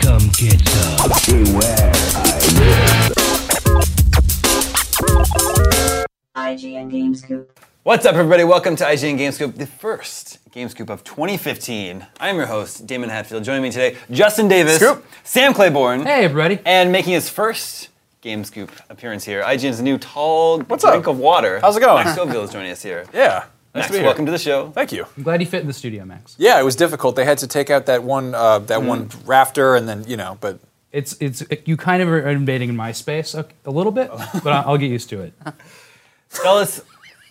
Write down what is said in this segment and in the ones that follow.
come get some. IGN Games Coop. What's up, everybody? Welcome to IGN GameScoop, the first GameScoop of 2015. I'm your host, Damon Hatfield. Joining me today, Justin Davis, Scoop. Sam Claiborne, Hey, everybody. and making his first GameScoop appearance here, IGN's new tall What's drink up? of water. How's it going? Max Scoville is joining us here. Yeah. Nice Max, to be here. welcome to the show. Thank you. I'm glad you fit in the studio, Max. Yeah, it was difficult. They had to take out that one uh, that one rafter, and then you know, but It's it's you kind of are invading my space a, a little bit, but I- I'll get used to it. Tell us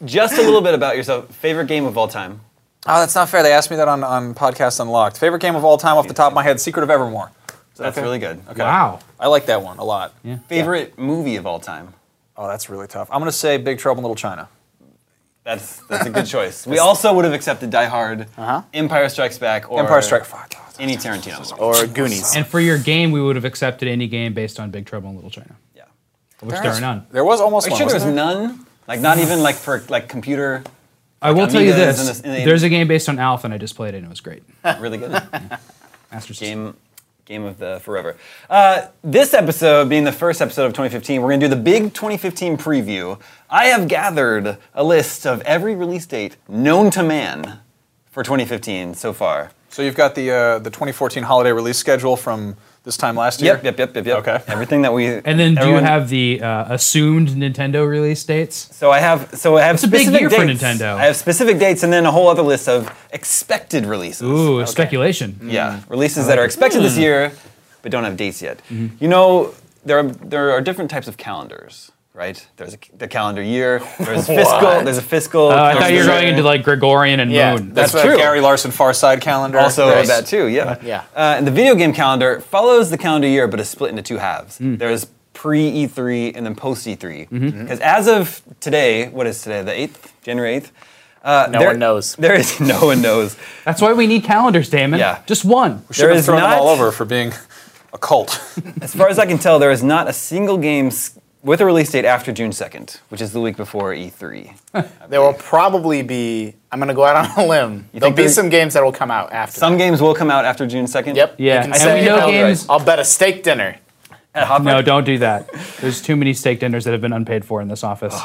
just a little bit about yourself. Favorite game of all time? oh, that's not fair. They asked me that on, on podcast Unlocked. Favorite game of all time, off the top of my head, Secret of Evermore. So that's Okay. really good. Okay. Wow. I like that one a lot. Yeah. Favorite movie of all time? Oh, that's really tough. I'm gonna say Big Trouble in Little China. That's that's a good choice. We also would have accepted Die Hard, Empire Strikes Back, or Empire Strike. Fuck. Any Tarantino movie. or Goonies. And for your game, we would have accepted any game based on Big Trouble in Little China, Yeah. which there, are none. There was almost Are you one. sure there's wasn't there? none? Like not even like for like computer. I will tell you Amigas this: and this- and they- there's a game based on Alf, and I just played it, and it was great. Really good Master System. game. Game of the forever. Uh, this episode being the first episode of 2015, we're gonna do the big 2015 preview. I have gathered a list of every release date known to man for 2015 so far. So you've got the uh, the 2014 holiday release schedule from this time last year. Yep, yep, yep, yep, yep. Okay. Everything that we And then do everyone- you have the uh, assumed Nintendo release dates? So I have so I have a big specific year for dates. Nintendo. I have specific dates and then a whole other list of expected releases. Ooh, Mm. speculation. Mm. Uh, Yeah, releases that are expected Mm. this year, but don't have dates yet. Mm-hmm. You know, there are, there are different types of calendars, right? There's a, c- the calendar year. There's fiscal. There's a fiscal. Oh, I thought you were calendar. going into like Gregorian and Yeah, Moon. That's, That's the true. Gary Larson Far Side calendar. also Nice. that too. Yeah. Yeah. Uh, and the video game calendar follows the calendar year, but is split into two halves. There's pre E3 and then post E3. Because as of today, what is today? The eighth, January eighth. Uh, No there- one knows. There is no one knows. That's why we need calendars, Damon. Yeah. Just one. Should There have is thrown not- them all over for being a cult. As far as I can tell, there is not a single game s- with a release date after June 2nd, which is the week before E E3. There will probably be. I'm gonna go out on a limb. There'll think be there- some games that will come out after. Some that. games will come out after June 2nd. Yep. Yeah, you can and say we know I'll- games- I'll bet a steak dinner. At Hopper. No, don't do that. There's too many steak dinners that have been unpaid for in this office.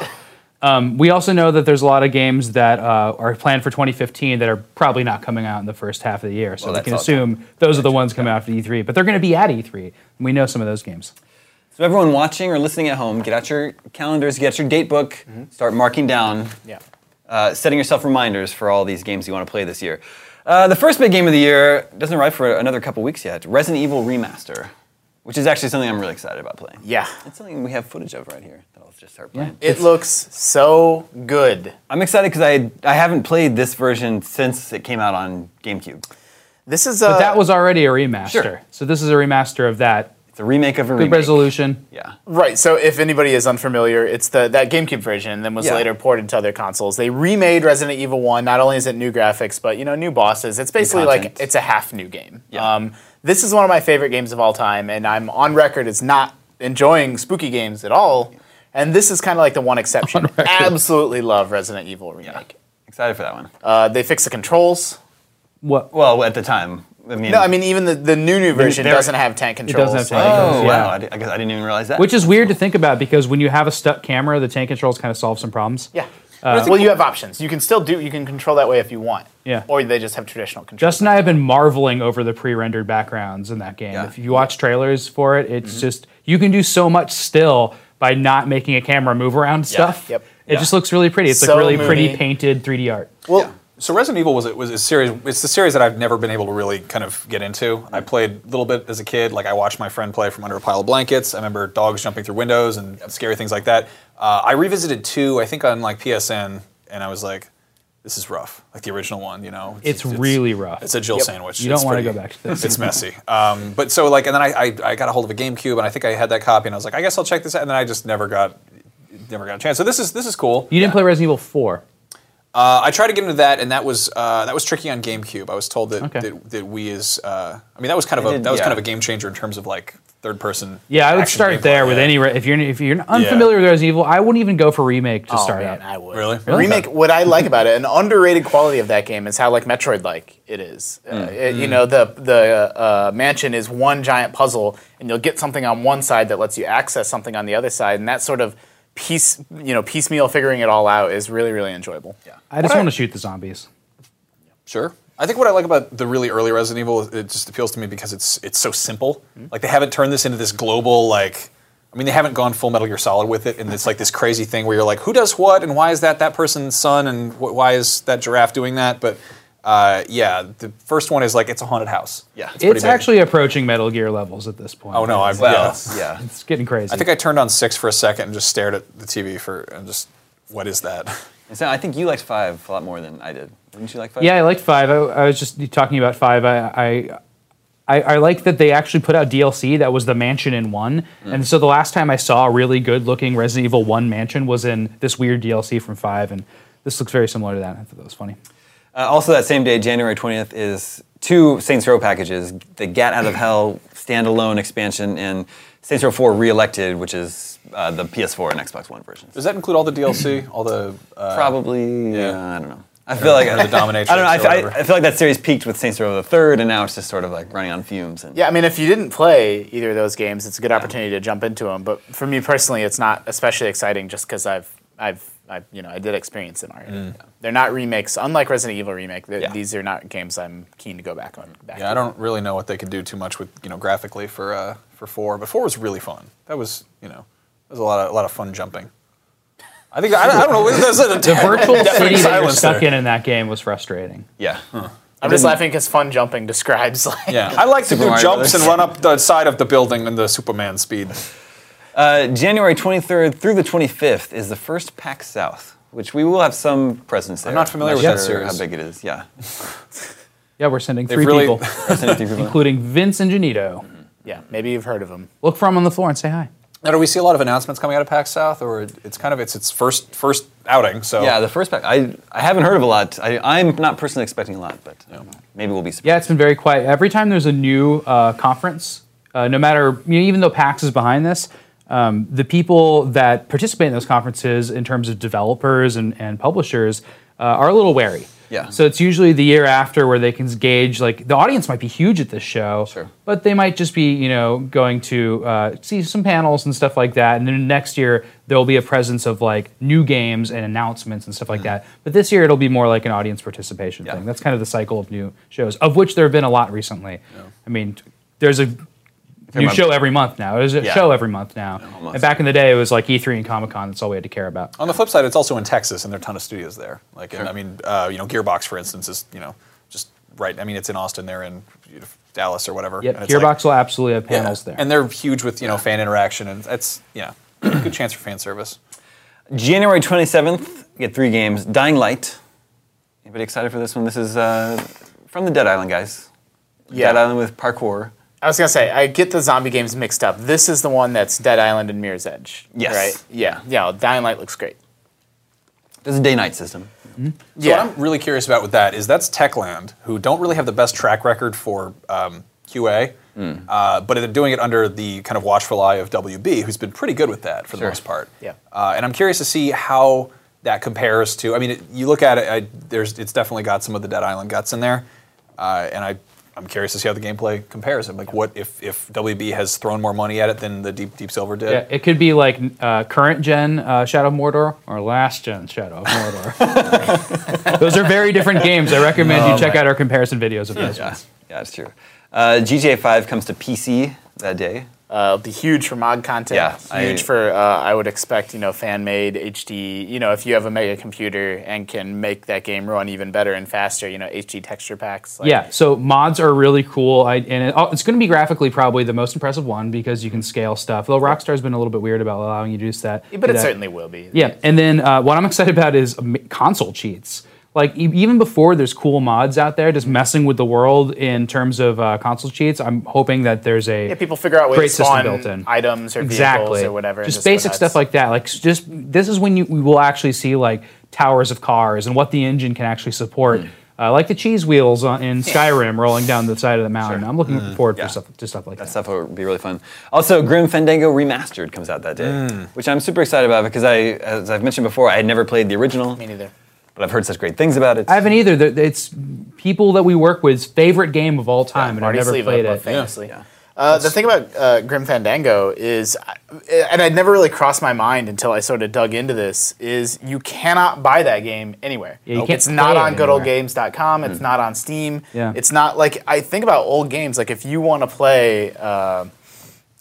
Um, we also know that there's a lot of games that uh, are planned for 2015 that are probably not coming out in the first half of the year. So Well, we that's can all assume those are the ones coming out after E3, but they're going to be at E3. And we know some of those games. So, everyone watching or listening at home, get out your calendars, get out your date book, start marking down, Yeah. uh, setting yourself reminders for all these games you want to play this year. Uh, the first big game of the year doesn't arrive for another couple weeks yet. Resident Evil Remaster, which is actually something I'm really excited about playing. Yeah. It's something we have footage of right here that I'll just start playing. It looks so good. I'm excited because I I haven't played this version since it came out on GameCube. This is a. But that was already a remaster. Uh, Sure. So this is a remaster of that. It's a remake of a Good remake. resolution. Yeah. Right. So if anybody is unfamiliar, it's the that GameCube version, and then was Yeah. later ported to other consoles. They remade Resident Evil One. Not only is it new graphics, but you know new bosses. It's basically like content. it's a half new game. Yeah. Um, this is one of my favorite games of all time, and I'm on record as not enjoying spooky games at all. And this is kind of like the one exception. Absolutely love Resident Evil remake. Excited for that one. Uh, they fix the controls. What? well, at the time. I mean, No, I mean even the, the new new version they're- doesn't have tank doesn't have controls. tank Like, Oh, Yeah. wow. I, di- I guess I didn't even realize that. Which is weird to think about because when you have a stuck camera, the tank controls kind of solve some problems. Yeah. Uh, well, you have options. You can still do. You can control that way if you want. Yeah. Or they just have traditional controls. Justin and I have been marveling over the pre-rendered backgrounds in that game. Yeah. If you watch trailers for it, it's just you can do so much still by not making a camera move around stuff. Yep. It just looks really pretty. It's So like really pretty moody. painted 3D art. well, So Resident Evil was a- was a series. It's the series that I've never been able to really kind of get into. Mm-hmm. I played a little bit as a kid. Like I watched my friend play from under a pile of blankets. I remember dogs jumping through windows and scary things like that. Uh, I revisited two, I think, on like PSN, and I was like, "This is rough." Like the original one, you know. It's really rough. It's a Jill sandwich. You don't It's wanna pretty- go back to this. It's messy. Um, but so like, and then I, I I got a hold of a GameCube, and I think I had that copy, and I was like, "I guess I'll check this out," and then I just never got. Never got a chance. So this is this is cool. You didn't play Resident Evil 4. Uh, I tried to get into that, and that was uh, that was tricky on GameCube. I was told that Okay. that, that we is. Uh, I mean, that was kind of a did- that was yeah. kind of a game changer in terms of like third person. Yeah, I would action start gameplay. there with Yeah. any. Re- if you're if you're unfamiliar with Resident Evil, I wouldn't even go for remake to oh, start out. man, I would. Really? Remake. What I like about it, an underrated quality of that game is how like Metroid-like it is. Uh, it- you know, the the uh, mansion is one giant puzzle, and you'll get something on one side that lets you access something on the other side, and that sort of piece, you know, piecemeal figuring it all out is really really enjoyable. Yeah. I just What I- want to shoot the zombies. Sure. I think what I like about the really early Resident Evil, is it just appeals to me because it's it's so simple. Mm-hmm. Like they haven't turned this into this global like. I mean, they haven't gone full Metal Gear Solid with it, and it's like this crazy thing where you're like, who does what, and why is that that person's son, and wh- why is that giraffe doing that? But uh, yeah, the first one is like it's a haunted house. Yeah, pretty It's big. actually approaching Metal Gear levels at this point. Oh no, I'm Well, yeah. yeah. it's getting crazy. I think I turned on six for a second and just stared at the TV for and just what is that? And so I think you liked five a lot more than I did. Didn't you like five? Yeah, I liked five. I, I was just talking about five. I, I, I, I like that they actually put out DLC that was the mansion in one. And so the last time I saw a really good looking Resident Evil One mansion was in this weird DLC from five, and this looks very similar to that. I thought that was funny. Uh, also, that same day, January 20th, is two Saints Row packages the Gat Out of Hell standalone expansion and Saints Row 4 Reelected, which is uh, the PS4 and Xbox One versions. Does that include all the DLC, all the uh, Probably, yeah. uh, I don't know. I feel like the Dominatrix? I don't know. I, or fe- I- whatever? I feel like that series peaked with Saints Row the Third, and now it's just sort of like running on fumes. And Yeah, I mean, if you didn't play either of those games, it's a good opportunity to jump into them. But for me personally, it's not especially exciting just because I've, I've, I've, you know, I did experience an art. Mm. They're not remakes, unlike Resident Evil remake. th- Yeah. These are not games I'm keen to go back on. Back Yeah, to. I don't really know what they could do too much with you know graphically for uh, for four, but four was really fun. That was you know that was a lot of a lot of fun jumping. I think I, don't- I don't know. That's a The virtual city that you're silence stuck there. in in that game was frustrating. yeah. I'm just laughing because fun jumping describes like. Yeah, I like to Super do Mario jumps Brothers. and run up the side of the building in the Superman speed. Uh, January 23rd through the 25th is the first Pack South, which we will have some presence there. I'm not familiar with that sure series. How big it is? Yeah. Yeah, we're sending three really- people, including Vince and Janito. Yeah, maybe you've heard of them. Look for him on the floor and say hi. Now, do we see a lot of announcements coming out of PAX South, or it's kind of it's its first first outing? So Yeah, the first pack. I, I haven't heard of a lot. I, I'm not personally expecting a lot, but um, maybe we'll be surprised. Yeah, it's been very quiet. Every time there's a new uh, conference, uh, no matter you know, even though PAX is behind this, um, the people that participate in those conferences, in terms of developers and, and publishers, uh, are a little wary. Yeah. So it's usually the year after where they can gauge like the audience might be huge at this show, Sure. but they might just be you know going to uh, see some panels and stuff like that. And then next year there will be a presence of like new games and announcements and stuff like that. But this year it'll be more like an audience participation Mm-hmm. Yeah. thing. That's kind of the cycle of new shows, of which there have been a lot recently. I mean, there's a new about- show every month now. There's a Yeah. show every month now. almost. Oh, and back in the day it was like E3 and Comic Con. That's all we had to care about. On the flip side, it's also in Texas, and there are a ton of studios there. Like, and, I mean, uh, you know, Gearbox, for instance, is you know just right. I mean, it's in Austin. They're in you know, Dallas or whatever. Yep, and it's like- Gearbox will absolutely have panels there. And they're huge with you know fan interaction, and that's yeah, good chance for fan service. January 27th, we get three games. Dying Light. Anybody excited for this one? This is uh, from the Dead Island guys. Dead Island with parkour. I was gonna say I get the zombie games mixed up. This is the one that's Dead Island and Mirror's Edge. Yes. Right. Yeah. Yeah. Dying Light looks great. There's a day-night system. So what I'm really curious about with that is that's Techland, who don't really have the best track record for um, QA, uh, but they're doing it under the kind of watchful eye of WB, who's been pretty good with that for the most part. Yeah. Uh, and I'm curious to see how that compares to. I mean, it, you look at it, I, there's it's definitely got some of the Dead Island guts in there, uh, and I. I'm curious to see how the gameplay compares. I'm like, what if, if WB has thrown more money at it than the Deep Deep Silver did? yeah, it could be like uh, current gen uh, Shadow of Mordor or last gen Shadow of Mordor. those are very different games. I recommend you check out our comparison videos of those. Yeah, ones. yeah, it's true. Uh, GTA 5 comes to PC that day. Uh, it'll be huge for mod content. Yeah, I- Huge for uh, I would expect you know fan made HD. You know if you have a mega computer and can make that game run even better and faster. You know HD texture packs. Like, Yeah, so mods are really cool, I, and it, oh, it's going to be graphically probably the most impressive one because you can scale stuff. Though Rockstar's been a little bit weird about allowing you to do that. But it that. certainly will be. Yeah, and then uh, what I'm excited about is um, console cheats. Like e- even before there's cool mods out there, just messing with the world in terms of uh, console cheats. I'm hoping that there's a Yeah, people figure out ways Great to system spawn built in. items or exactly vehicles or whatever. and Just, basic go stuff nuts. like that. Like s- just this is when you we will actually see like towers of cars and what the engine can actually support. Hmm. Uh, like the cheese wheels on, in Skyrim rolling down the side of the mountain. I'm looking Mm. forward yeah. for stuff, to stuff like that. Stuff would be really fun. Also, Grim Fandango Remastered comes out that day, which I'm super excited about because I, as I've mentioned before, I had never played the original, Me neither. but I've heard such great things about it. I haven't either. Th- It's people that we work with's favorite game of all time, and I Marty never Sleva, played more it. Famously. Uh, the thing about uh, Grim Fandango is, uh, and I'd never really crossed my mind until I sort of dug into this, is you cannot buy that game anywhere. you can't it's play not it on anywhere. Hmm. goodoldgames.com. It's not on Steam. Yeah. It's not like, I think about old games, like if you want to play, uh,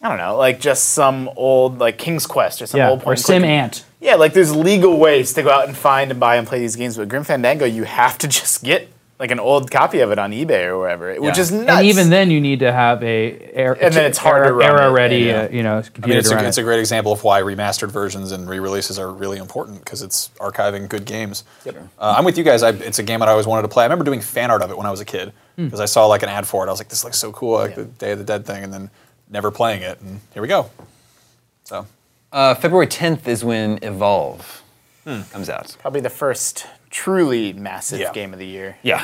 I don't know, like just some old, like King's Quest or some Yeah, old or point and click Sim Ant. yeah, like there's legal ways to go out and find and buy and play these games, but Grim Fandango, you have to just get like an old copy of it on eBay or wherever, which is nuts. And even then, you need to have a air, And then it's hard to era, run era it, ready, yeah. uh, you know, I mean, computer it's, to run a, it. it's a great example of why remastered versions and re-releases are really important because it's archiving good games. Uh, I'm with you guys. I, it's a game that I always wanted to play. I remember doing fan art of it when I was a kid because I saw like an ad for it. I was like, "This looks so cool!" Like the Day of the Dead thing, and then never playing it. And here we go. So Uh, February 10th is when Evolve comes out. probably the first truly massive Yeah. game of the year. Yeah.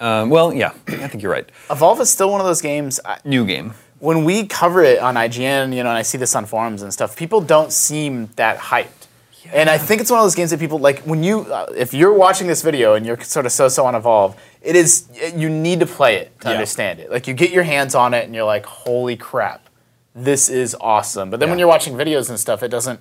Um, well, yeah, I think you're right. Evolve is still one of those games. I, New game. when we cover it on IGN, you know, and I see this on forums and stuff, people don't seem that hyped. And I think it's one of those games that people like when you, uh, if you're watching this video and you're sort of so-so on Evolve, it is you need to play it to Yeah. understand it. Like you get your hands on it and you're like, holy crap, this is awesome. But then when Yeah. you're watching videos and stuff, it doesn't.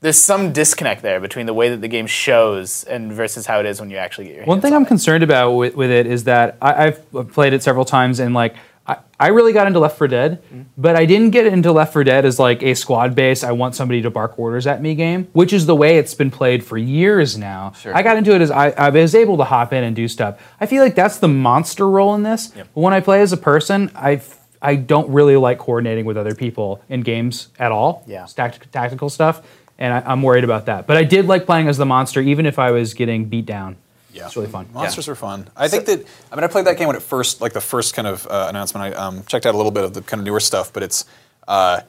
There's some disconnect there between the way that the game shows and versus how it is when you actually get your One hands thing on I'm it. concerned about with, with it is that I, I've played it several times and like I, I really got into Left 4 Dead, but I didn't get into Left 4 Dead as like a squad base. I want somebody to bark orders at me game, which is the way it's been played for years now. I got into it as I, I was able to hop in and do stuff. I feel like that's the monster role in this. But when I play as a person, I f- I don't really like coordinating with other people in games at all. Yeah. Tact- tactical stuff. And I, I'm worried about that. But I did like playing as the monster, even if I was getting beat down. yeah, It's really fun. Monsters are fun. I think that I mean, I played that game when it first, like the first kind of uh, announcement. I um, checked out a little bit of the kind of newer stuff, but it's. Uh,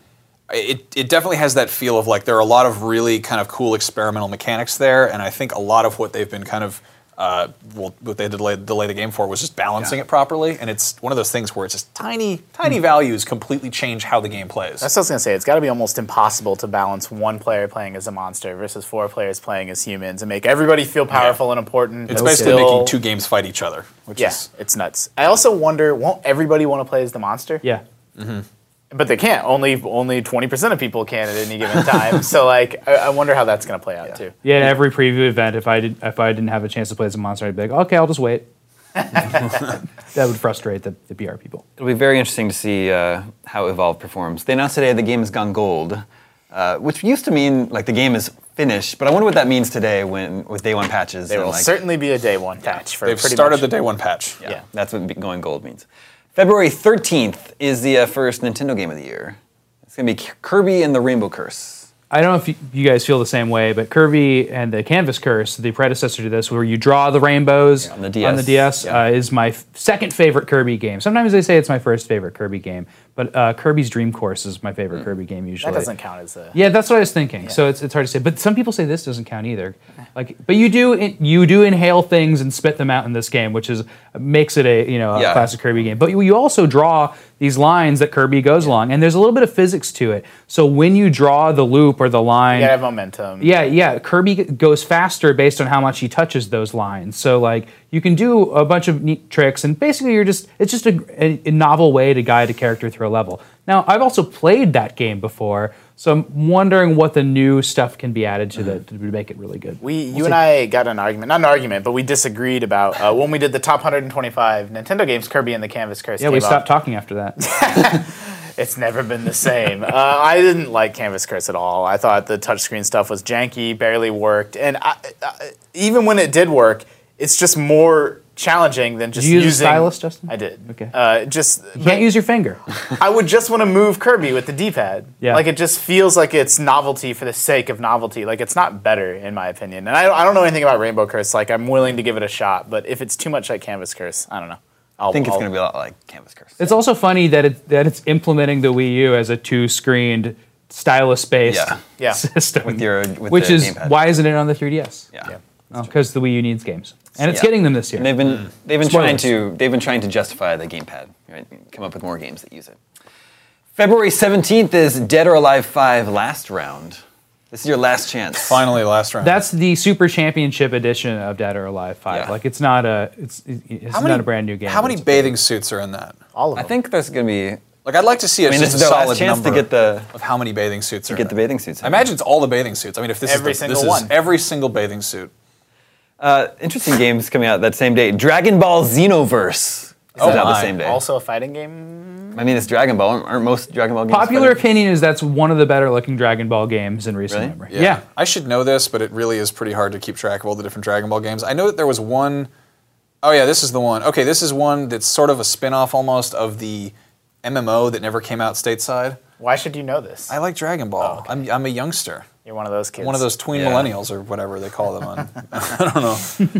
it, it definitely has that feel of like there are a lot of really kind of cool experimental mechanics there, and I think a lot of what they've been kind of uh, well, what they delayed delay the game for was just balancing it properly, and it's one of those things where it's just tiny tiny values completely change how the game plays. Hmm. That's what I was gonna say. It's got to be almost impossible to balance one player playing as a monster versus four players playing as humans and make everybody feel powerful and important. it's but basically still- making two games fight each other, which Yeah, is it's nuts. I also wonder, won't everybody want to play as the monster? Yeah. but they can't. Only only twenty percent of people can at any given time. so like, I, I wonder how that's gonna play out too. Yeah, at every preview event, if I did if I didn't have a chance to play as a monster, I'd be like, okay, I'll just wait. that would frustrate the, the PR people. It'll be very interesting to see uh, how Evolve performs. They announced today the game has gone gold. uh, which used to mean like the game is finished. But I wonder what that means today when with day one patches. There and, will like, certainly be a day one patch for They've pretty started much- the day one patch. yeah, yeah. that's what be- going gold means. February 13th is the uh, first Nintendo game of the year. It's gonna be K- Kirby and the Rainbow Curse. I don't know if you- you guys feel the same way, but Kirby and the Canvas Curse, the predecessor to this, where you draw the rainbows on the DS. DS, uh, is my f- second favorite Kirby game. Sometimes they say it's my first favorite Kirby game, but uh, Kirby's Dream Course is my favorite Mm. Kirby game usually. That doesn't count as a. Yeah, that's what I was thinking. So it's, it's hard to say. But some people say this doesn't count either. Like, but you do in- you do inhale things and spit them out in this game, which is makes it a you know a Yeah. classic Kirby game. But you, you also draw these lines that Kirby goes along, and there's a little bit of physics to it. So when you draw the loop or the line, You gotta have momentum. yeah, yeah. Kirby g- goes faster based on how much he touches those lines. So like you can do a bunch of neat tricks, and basically you're just it's just a, a- a novel way to guide a character through a level. Now I've also played that game before, so I'm wondering what the new stuff can be added to the to make it really good. Mm-hmm. We, you and I got an argument, not an argument, but we disagreed about uh, when we did the top 125 Nintendo games. Kirby and the Canvas Curse. yeah, we came up. stopped talking after that. It's never been the same. uh, I didn't like Canvas Curse at all. I thought the touchscreen stuff was janky, barely worked, and I, I, even when it did work, it's just more challenging than just you use a using stylus, Justin? I did. Okay. Uh, just You can't use your finger. I would just want to move Kirby with the D-pad. Yeah. Like it just feels like it's novelty for the sake of novelty. Like it's not better in my opinion. And I, I don't know anything about Rainbow Curse. Like I'm willing to give it a shot, but if it's too much like Canvas Curse, I don't know. I'll, I think it's I'll- gonna be a lot like Canvas Curse. It's also funny that it that it's implementing the Wii U as a two screened stylus based Yeah. Yeah. system With your- with which the is gamepad. why isn't it on the 3DS? yeah. yeah. because Oh, the Wii U needs games, and it's Yeah. getting them this year. And they've Mm. been they've been Spoilers. trying to they've been trying to justify the gamepad, right? Come up with more games that use it. February 17th is Dead or Alive 5 last round. This is your last chance. Finally, last round. That's the Super Championship edition of Dead or Alive Five. Yeah. Like it's not a it's it's How not a brand new game. How many It's- bathing suits are in that? All of I them. think there's going to be Like, I'd like to see a, I mean, just this a is their solid last chance to number get the of how many bathing suits are get in the it. bathing suits. I imagine it's all the bathing suits. I mean, if this Every is the, single this one. is every single bathing suit. uh, interesting games coming out that same day. Dragon Ball Xenoverse. Oh Oh, out the my. same day. also a fighting game. I mean, it's Dragon Ball. Aren't most Dragon Ball games Popular fighting? opinion is that's one of the better looking Dragon Ball games in recent Really? memory. Yeah. I should know this, but it really is pretty hard to keep track of all the different Dragon Ball games. I know that there was one oh yeah, this is the one. Okay, this is one that's sort of a spin-off almost of the MMO that never came out stateside. Why should you know this? I like Dragon Oh, Ball. I'm, I'm a youngster. You're one of those kids. One of those tween Yeah. millennials or whatever they call them. On, I don't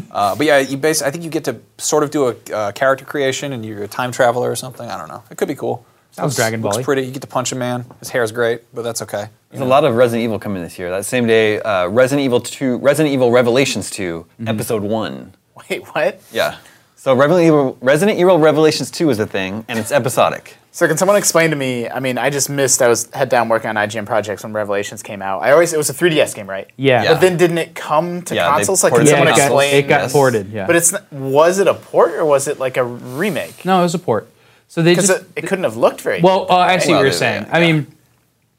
know. Uh, but yeah, you bas I think you get to sort of do a uh, character creation and you're a time traveler or something. I don't know. It could be cool. Sounds Looks- Dragon Ball-y. Looks pretty. You get to punch a man. His hair's great, but that's okay. There's a lot of Resident Evil coming this year. That same day, uh, Resident Evil 2, Resident Evil Revelations 2, Mm-hmm. Episode 1. Wait, what? Yeah. So Resident Evil, Resident Evil Revelations 2 is a thing, and it's episodic. So can someone explain to me? I mean, I just missed. I was head down working on IGN projects when Revelations came out. I always it was a 3DS game, right? Yeah. But then didn't it come to Yeah, they consoles? Like, can ported Yeah, someone it, got, explain? it got Yes. ported. Yeah. But it's not, was it a port or was it like a remake? no, it was a port. So they because just it, it couldn't have looked very. Well, uh, I see Well, what you're they- saying. they- I mean,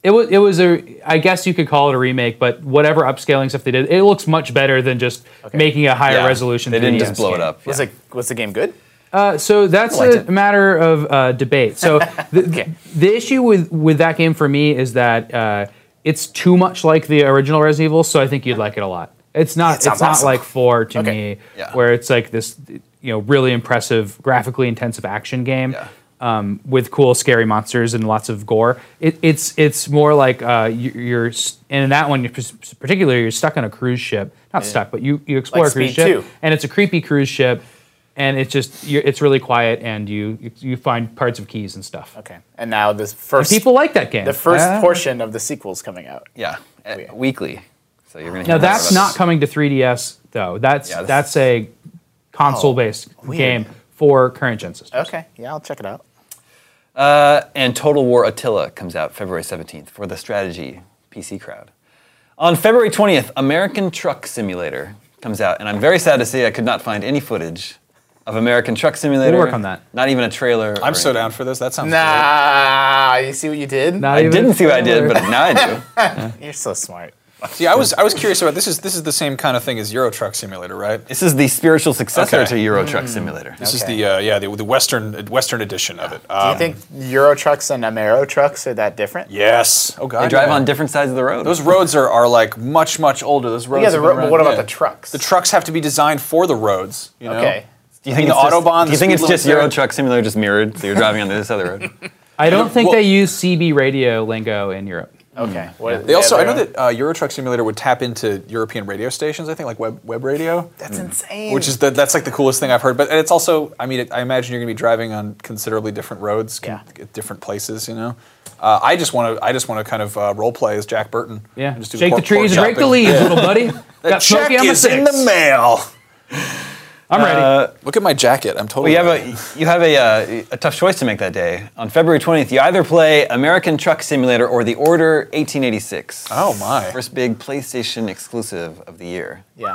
it was it was a I guess you could call it a remake, but whatever upscaling stuff they did, it looks much better than just making a higher Yeah. resolution. They didn't 3DS just blow it game. up. was yeah. it was the game good? Uh, so that's liked a it. matter of uh, debate. So the, Okay. the issue with with that game for me is that uh, it's too much like the original Resident Evil. So I think you'd like it a lot. It's not. sounds it's not awesome. like four to me, Yeah. where it's like this, you know, really impressive, graphically intensive action game. Yeah. Um, with cool, scary monsters and lots of gore, it, it's it's more like uh, you, you're s- and in that one, you're pers- particularly you're stuck on a cruise ship. Not stuck, but you you explore a cruise Speed ship, 2. and it's a creepy cruise ship, and it's just you're, it's really quiet, and you you find parts of keys and stuff. Okay, and now this first People like that game. the first Uh, portion of the sequel's coming out. Yeah, uh, Oh, yeah. weekly. So you're gonna. Now hear more that's about not this. coming to 3DS though. That's Yeah, this that's a console-based Oh, game for current gen systems. Okay, yeah, I'll check it out. And Total War Attila comes out February 17th for the strategy PC crowd. On February 20th, American Truck Simulator comes out, and I'm very sad to say I could not find any footage of American Truck Simulator. We'll work on that. Not even a trailer. or I'm so anything. down for this. That sounds great. Nah, you see what you did? Not I even- didn't see what I did, but now I do. You're so smart. See, I was I was curious about this. Is this is the same kind of thing as Euro Truck Simulator, right? This is the spiritual successor Okay. to Euro Truck Simulator. This Okay. is the uh, yeah the, the Western Western edition of it. Do Um, you think Euro trucks and Amero trucks are that different? Yes. Oh God. They drive yeah. on different sides of the road. Those roads are, are like much much older. Those roads. Yeah, the have been ro- but around- what about yeah. the trucks? The trucks have to be designed for the roads. You know? Okay. do you think the it's just, Autobahn, Do the you speed think it's just limit's there. Euro Truck Simulator just mirrored? So you're driving on the other side of the road. I don't think Well- they use CB radio lingo in Europe. Okay. What- Mm-hmm. They yeah, also, I know don't- that uh, Euro Truck Simulator would tap into European radio stations. I think like web web radio, Mm. That's insane. which is the, that's like the coolest thing I've heard. But it's also, I mean, it, I imagine you're going to be driving on considerably different roads, con- Yeah. at different places. You know, uh, I just want to, I just want to kind of uh, role play as Jack Burton. Yeah, and just do shake the pork- pork trees, break the chopping. leaves, little buddy. The Got check Smokey on the is in six. the mail. I'm ready. Look at my jacket. I'm totally. Well, Uh, you have a you have a, uh, a tough choice to make that day. On February 20th, you either play American Truck Simulator or The Order 1886. Oh, my. First big PlayStation exclusive of the year, Yeah.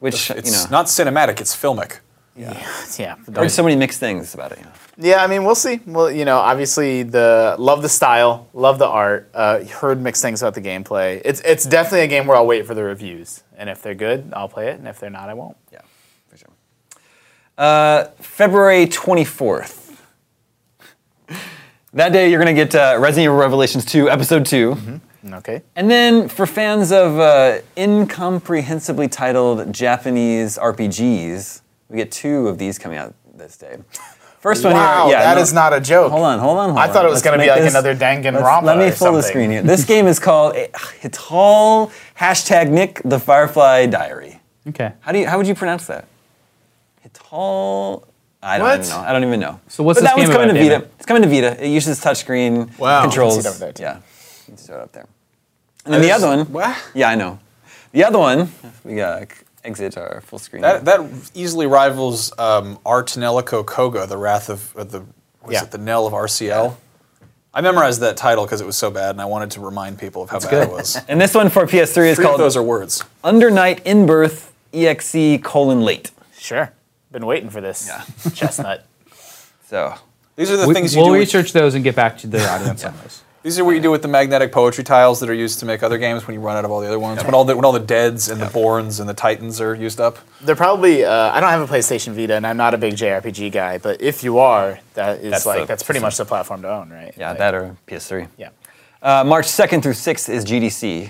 which It's you know, not cinematic. It's filmic. Yeah. there's so many mixed things about it. You know. Yeah, I mean, we'll see. Well, you know, obviously the love the style, love the art. Uh, heard mixed things about the gameplay. It's it's definitely a game where I'll wait for the reviews, and if they're good, I'll play it, and if they're not, I won't. Yeah, for sure. Uh, February 24th. That day, you're going to get uh, Resident Evil Revelations 2, Episode 2. Mm-hmm. Okay. And then, for fans of uh, incomprehensibly titled Japanese RPGs, we get two of these coming out this day. First one Wow, here. that is no- not a joke. Hold on, hold on, hold I thought on. it Let's was going to be make like this- another Danganronpa. Let's- Let me or full the something. screen here. This game is called eh, It's Hall hashtag Nick the Firefly Diary. okay. How do you, how would you pronounce that? Hital. I don't What? even know. I don't even know. So what's but this that one's game coming about, to Vita. David? It's coming to Vita. It uses touchscreen Wow. controls. You can see it over there, too. yeah, you can see it up there. And then the That other is- one. what? Yeah, I know. The other one. We gotta c- exit our full screen. That that easily rivals um, Artanelico Koga, the Wrath of uh, the was Yeah. it the Knell of RCL. I memorized that title because it was so bad, and I wanted to remind people of how bad it was. and this one for PS3 is Three of called those are words. Under Night in Birth EXE colon late. Sure. Been waiting for this. Yeah. Chestnut. So These are the We, things you will do. with- research those and get back to the audience on those. these are what you do with the magnetic poetry tiles that are used to make other games when you run out of all the other ones. When all the when all the Deads and the Borns and the Titans are used up. They're probably. Uh, I don't have a PlayStation Vita, and I'm not a big JRPG guy. But if you are, that is That's like the- that's pretty much the platform to own, right? yeah, Like, that or PS3. Yeah. Uh, March 2nd through 6th is GDC,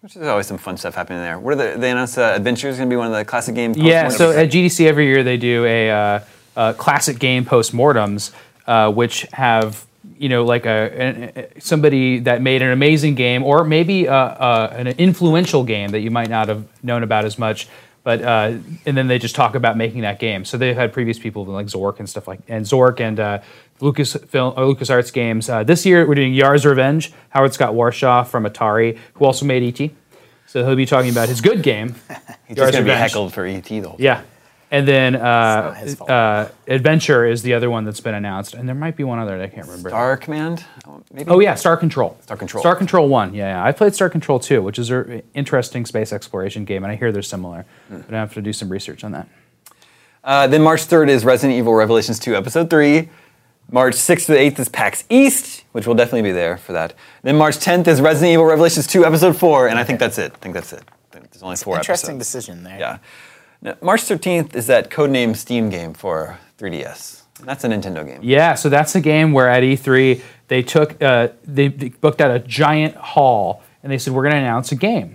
which is always some fun stuff happening there. What are the, they announced uh, Adventure is going to be one of the classic games. Yeah, so at GDC every year they do a uh, uh, classic game postmortems, uh, which have you know like a, an- a- somebody that made an amazing game or maybe uh, uh, an influential game that you might not have known about as much. But uh, and then they just talk about making that game. So they've had previous people like Zork and stuff like and Zork and uh, Lucas film or LucasArts games. Uh, this year we're doing Yar's Revenge, Howard Scott Warshaw from Atari, who also made E.T. So he'll be talking about his good game. He's just going to be Revenge. heckled for ET though. Yeah. And then uh, his fault. uh, Adventure is the other one that's been announced. And there might be one other that I can't remember. Star Command? Oh, Maybe? oh, yeah, Star Control. Star Control. Star Control 1. Yeah, yeah. I played Star Control 2, which is an interesting space exploration game, and I hear they're similar. Hmm. But I have to do some research on that. Uh, then March 3rd is Resident Evil Revelations 2 Episode 3. March 6th to the 8th is PAX East, which will definitely be there for that. Then March 10th is Resident Evil Revelations 2 Episode 4, and I think that's it. I think that's it. I think There's only four Interesting episodes. decision there. Yeah. Now, March 13th is that codename Steam game for 3DS. That's a Nintendo game. Yeah, so that's a game where at E3 they took uh, they, they booked out a giant hall and they said we're going to announce a game,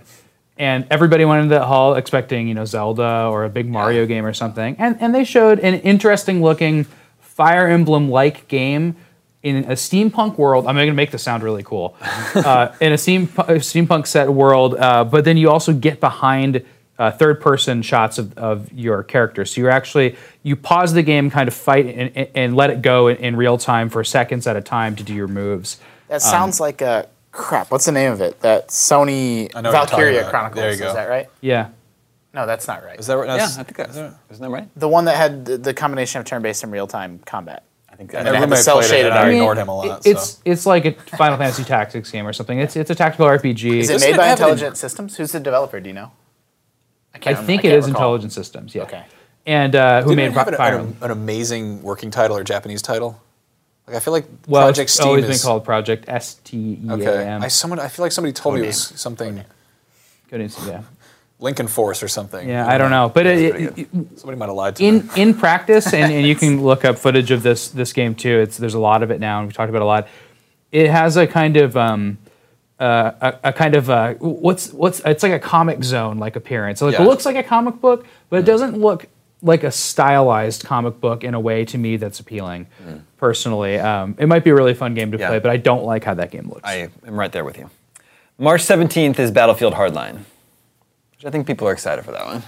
and everybody went into that hall expecting you know Zelda or a big Mario game or something, and and they showed an interesting looking Fire Emblem like game in a steampunk world. I'm going to make this sound really cool uh, in a steampunk, steampunk set world, uh, but then you also get behind uh, third person shots of, of your character. So you're actually you pause the game, kind of fight and, and- and let it go in, in real time for seconds at a time to do your moves. That sounds like a crap. What's the name of it? That Sony I know what you're talking Valkyria about. Chronicles. There you Is go. that right? Yeah, No, that's not right. Is that right? Yeah, That's- I think that's isn't that right? the one that had the, the combination of turn-based and real-time combat? I think And it Everybody had the played it, cell and shaded I art. ignored him a lot, It- it's so. it's like a Final Fantasy tactics game or something. It's it's a tactical RPG. Is it Doesn't made it by have it in- Intelligent Systems? Who's the developer? Do you know? I can't think remember- I it can't is recall. Intelligent Systems. Yeah. Okay. And uh, who Didn't made it have an, Fire an, Emblem? an amazing working title or Japanese title? Like I feel like Well, Project it's Steam always is been called Project S T E A M. okay. I someone I feel like somebody told me it was something. Code Names- yeah. Lincoln Force or something. Yeah, I don't know, but it, pretty it- Somebody might have lied to me. in in practice, and, and you can look up footage of this this game too. It's there's a lot of it now, and we talked about it a lot. It has a kind of um, uh, a, a kind of uh, what's what's it's like a comic zone like appearance. Like Yeah. it looks like a comic book, but it doesn't look like a stylized comic book in a way to me that's appealing. Personally, um, it might be a really fun game to Mm. Yeah. play, but I don't like how that game looks. I am right there with you. March 17th is Battlefield Hardline, which I think people are excited for that one.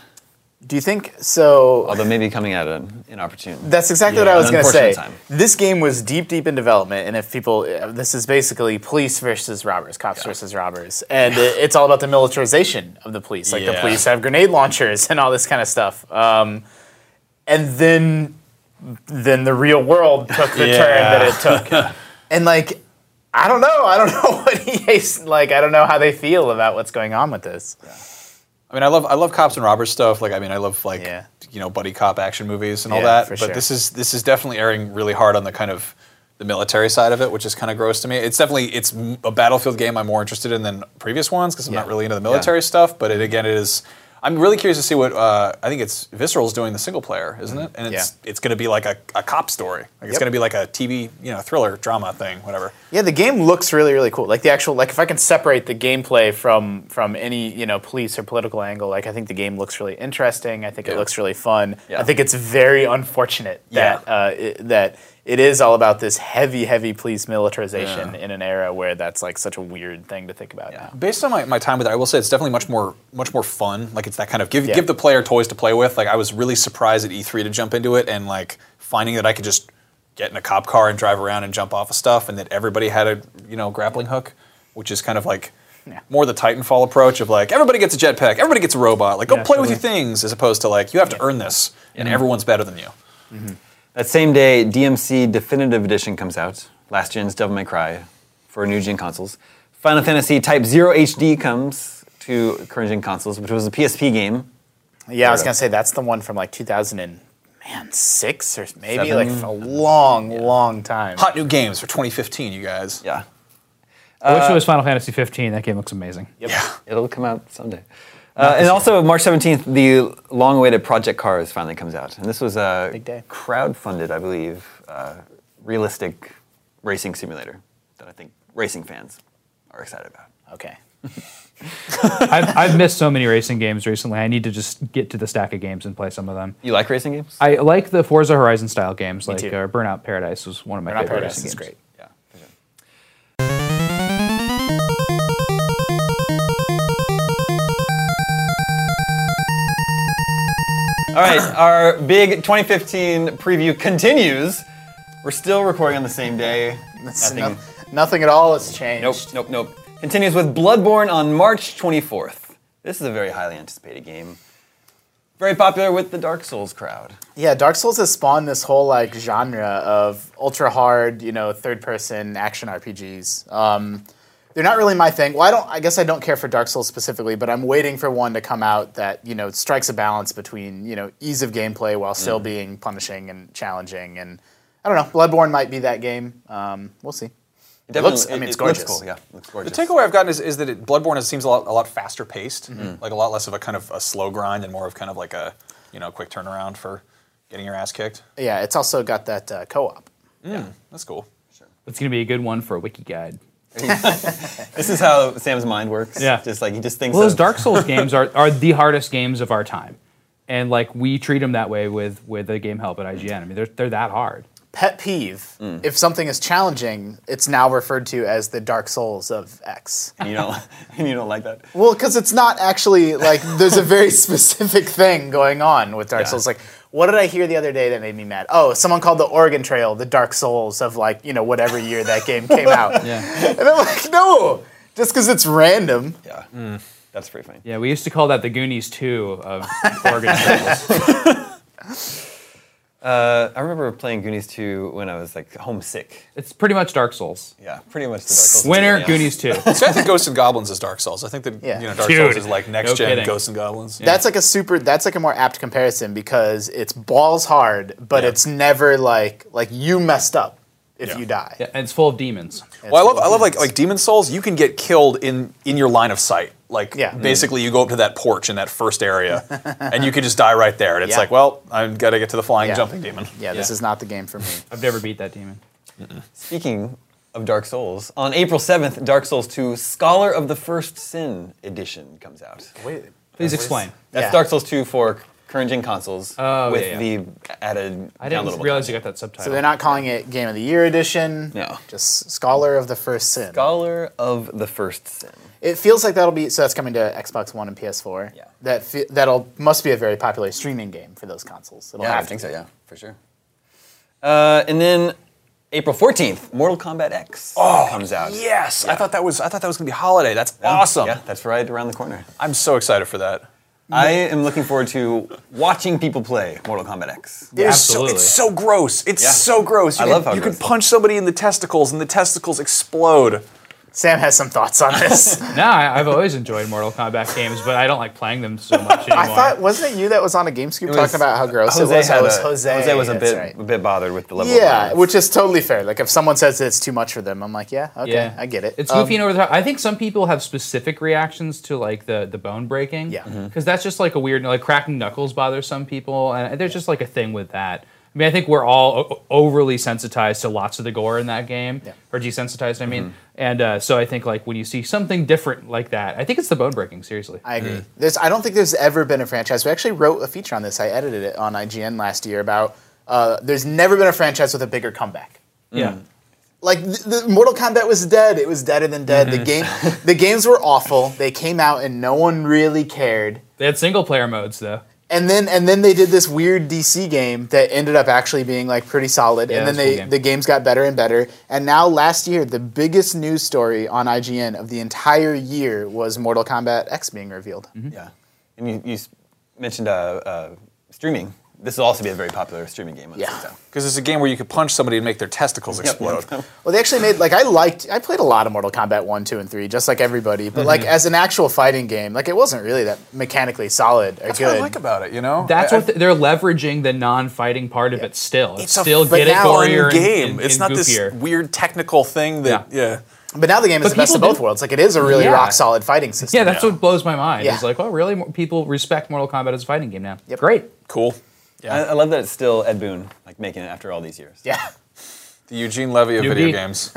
Do you think so? Although maybe coming at an inopportune. That's exactly what Yeah, I was an going to say. unfortunate time. This game was deep, deep in development, and if people, this is basically police versus robbers, cops versus robbers, and it- it's all about the militarization of the police. Like the Yeah. police have grenade launchers and all this kind of stuff. Um, and then, then the real world took the turn that it took, and like. I don't know. I don't know what EA's like. I don't know how they feel about what's going on with this. I mean, I love I love cops and robbers stuff. Like, I mean, I love like Yeah. you know buddy cop action movies and all Yeah, that. for But sure. this is this is definitely airing really hard on the kind of the military side of it, which is kind of gross to me. It's definitely it's m- a battlefield game I'm more interested in than previous ones because I'm not Yeah. really into the military stuff. But it again, it is. I'm really curious to see what uh, I think it's Visceral's doing the single player, isn't it? And it's it's going to be like a, a cop story. Like it's Mm-hmm. Yep. going to be like a TV you know thriller drama thing, whatever. Yeah, the game looks really, really cool. Like the actual, like if I can separate the gameplay from from any you know police or political angle, like I think the game looks really interesting. I think it Yeah. looks really fun. Yeah. I think it's very unfortunate that Yeah. uh, it, that it is all about this heavy, heavy police militarization in an era where that's like such a weird thing to think about now. Based on my, my time with it, I will say it's definitely much more much more fun. Like it's that kind of give Yeah. give the player toys to play with. Like I was really surprised at E3 to jump into it and like finding that I could just get in a cop car and drive around and jump off of stuff, and that everybody had a you know grappling hook, which is kind of like Yeah. more the Titanfall approach of like everybody gets a jetpack, everybody gets a robot. Like go Yeah, play totally. with your things, as opposed to like you have to earn this, and everyone's better than you. That same day, DMC Definitive Edition comes out. Last Gen's Devil May Cry for new gen consoles. Final Fantasy Type 0 HD comes to current gen consoles, which was a PSP game. Yeah, I Sort was of. gonna say that's the one from like 2000 and man six or maybe Seven. like a long, long time. Hot new games for 2015, you guys. Yeah, I uh, wish it was Final Fantasy 15. That game looks amazing. Yeah. it'll come out someday. Uh, and also, March 17th, the long awaited Project Cars finally comes out. And this was a Big day. crowdfunded, I believe, uh, realistic racing simulator that I think racing fans are excited about. Okay. I've, I've missed so many racing games recently. I need to just get to the stack of games and play some of them. You like racing games? I like the Forza Horizon style games, like too. uh, Burnout Paradise was one of my Burnout favorite Paradise racing is games. great. yeah. for sure. All right, our big 2015 preview continues. We're still recording on the same day. It's Nothing. no- nothing at all has changed. Nope, nope, nope. Continues with Bloodborne on March 24th. This is a very highly anticipated game. Very popular with the Dark Souls crowd. Yeah, Dark Souls has spawned this whole like genre of ultra hard, you know, third person action RPGs. Um, they're not really my thing. Well, I don't. I guess I don't care for Dark Souls specifically, but I'm waiting for one to come out that you know strikes a balance between you know ease of gameplay while still being punishing and challenging. And I don't know. Bloodborne might be that game. Um, we'll see. It looks- definitely- I mean, it's looks gorgeous. cool, yeah, it looks gorgeous. The takeaway I've gotten is, is that it, Bloodborne is- seems a lot, a lot faster paced, Mm-hmm. like a lot less of a kind of a slow grind and more of kind of like a you know quick turnaround for getting your ass kicked. Hmm, Yeah, it's also got that uh, co-op. That's cool. It's going to be a good one for a wiki guide. This is how Sam's mind works. Yeah. Just like he just thinks Well, those of- Dark Souls games are, are the hardest games of our time, and like we treat them that way with with the game help at IGN. I mean, they're they're that hard. Pet peeve: If something is challenging, it's now referred to as the Dark Souls of X. and you don't and you don't like that. Well, because it's not actually like there's a very specific thing going on with Dark Yeah. Souls. Like, what did I hear the other day that made me mad? Oh, someone called the Oregon Trail the Dark Souls of like you know whatever year that game came out. Yeah, And I'm like, no, just because it's random. Yeah, that's pretty funny. yeah. We used to call that the Goonies two of Oregon Trails. Uh, I remember playing Goonies 2 when I was like homesick. It's pretty much Dark Souls. Yeah, pretty much the Dark Souls. Winner Yeah. Goonies two. See, I think Ghosts and Goblins is Dark Souls. I think that Yeah. you know Dark Dude, Souls is like next no gen kidding. Ghosts and Goblins. That's like a super. That's like a more apt comparison because it's balls hard, but it's never like like you messed up if Yeah. you die. Yeah, and it's full of demons. Well, I love I love like like Demon Souls. You can get killed in in your line of sight. Like Yeah. Mm-hmm. basically, you go up to that porch in that first area, and you could just die right there. And it's Yeah. like, well, I've got to get to the flying Yeah. jumping demon. Yeah, this is not the game for me. I've never beat that demon. Speaking of Dark Souls, on April 7th, Dark Souls 2 Scholar of the First Sin Edition comes out. Wait, Please explain. That's Yeah. Dark Souls 2 for current gen consoles Oh, with yeah, the added I didn't downloadable realize content. you got that subtitle. so they're not calling it Game of the Year edition. No. just Scholar of the First Sin. Scholar of the First Sin. It feels like that'll be so. That's coming to Xbox One and PS4. Yeah. That fe- that'll must be a very popular streaming game for those consoles. It'll Yeah, have I to think be. so, yeah, for sure. Uh, and then April 14th, Mortal Kombat X Oh, comes out. Yes, I thought that was I thought that was gonna be holiday. That's awesome. Yeah, that's right around the corner. I'm so excited for that. I am looking forward to watching people play Mortal Kombat X. It is absolutely. So, it's so gross. It's Yeah. so gross. You I can, love how you can gross it is. punch somebody in the testicles and the testicles explode. Sam has some thoughts on this. No, I, I've always enjoyed Mortal Kombat games, but I don't like playing them so much anymore. I thought wasn't it you that was on a GameScoop was- talking about how gross Jose it was? Oh, had It was a- Jose. was a that's bit, right. a bit bothered with the level. of Yeah, violence. which is totally fair. Like if someone says it's too much for them, I'm like, yeah, okay, yeah, I get it. It's Um, goofy and over the top. I think some people have specific reactions to like the the bone breaking. Yeah. Mhm. because that's just like a weird like cracking knuckles bothers some people, and there's just like a thing with that. I mean, I think we're all o- overly sensitized to lots of the gore in that game, Yeah. or desensitized. I mean, and uh, so I think like when you see something different like that, I think it's the bone breaking. Seriously, I agree. Mm. There's, I don't think there's ever been a franchise. We actually wrote a feature on this. I edited it on IGN last year about uh, there's never been a franchise with a bigger comeback. yeah. Like the, the Mortal Kombat was dead. It was deader than dead. The game, Mm-hmm. the games were awful. They came out and no one really cared. They had single player modes though. And then and then they did this weird DC game that ended up actually being like pretty solid. Yeah, and then that was a they cool game. the games got better and better. And now last year, the biggest news story on IGN of the entire year was Mortal Kombat X being revealed. Mm-hmm. Yeah, and you, you s- mentioned uh, uh, streaming. This will also be a very popular streaming game. Yeah. Because it's a game where you could punch somebody and make their testicles explode. Well, they actually made like I liked I played a lot of Mortal Kombat 1, 2 and 3 just like everybody, but like Mm-hmm. as an actual fighting game, like it wasn't really that mechanically solid or That's good. what I like about it, you know? That's I- what th- they're leveraging the non-fighting part of it still. It's, It's a still but get it now on gorier and- game. and- it's and not goofier. this weird technical thing that yeah. Yeah. but now the game is But the best of people both do- worlds. Like it is a really Yeah. rock solid fighting system. Yeah, that's what blows my mind. Yeah. It's like, oh, really? Mo- People respect Mortal Kombat as a fighting game now. Yep. Great. cool. I, I love that it's still Ed Boon like making it after all these years. Yeah. The Eugene Levy of Newbie. video games.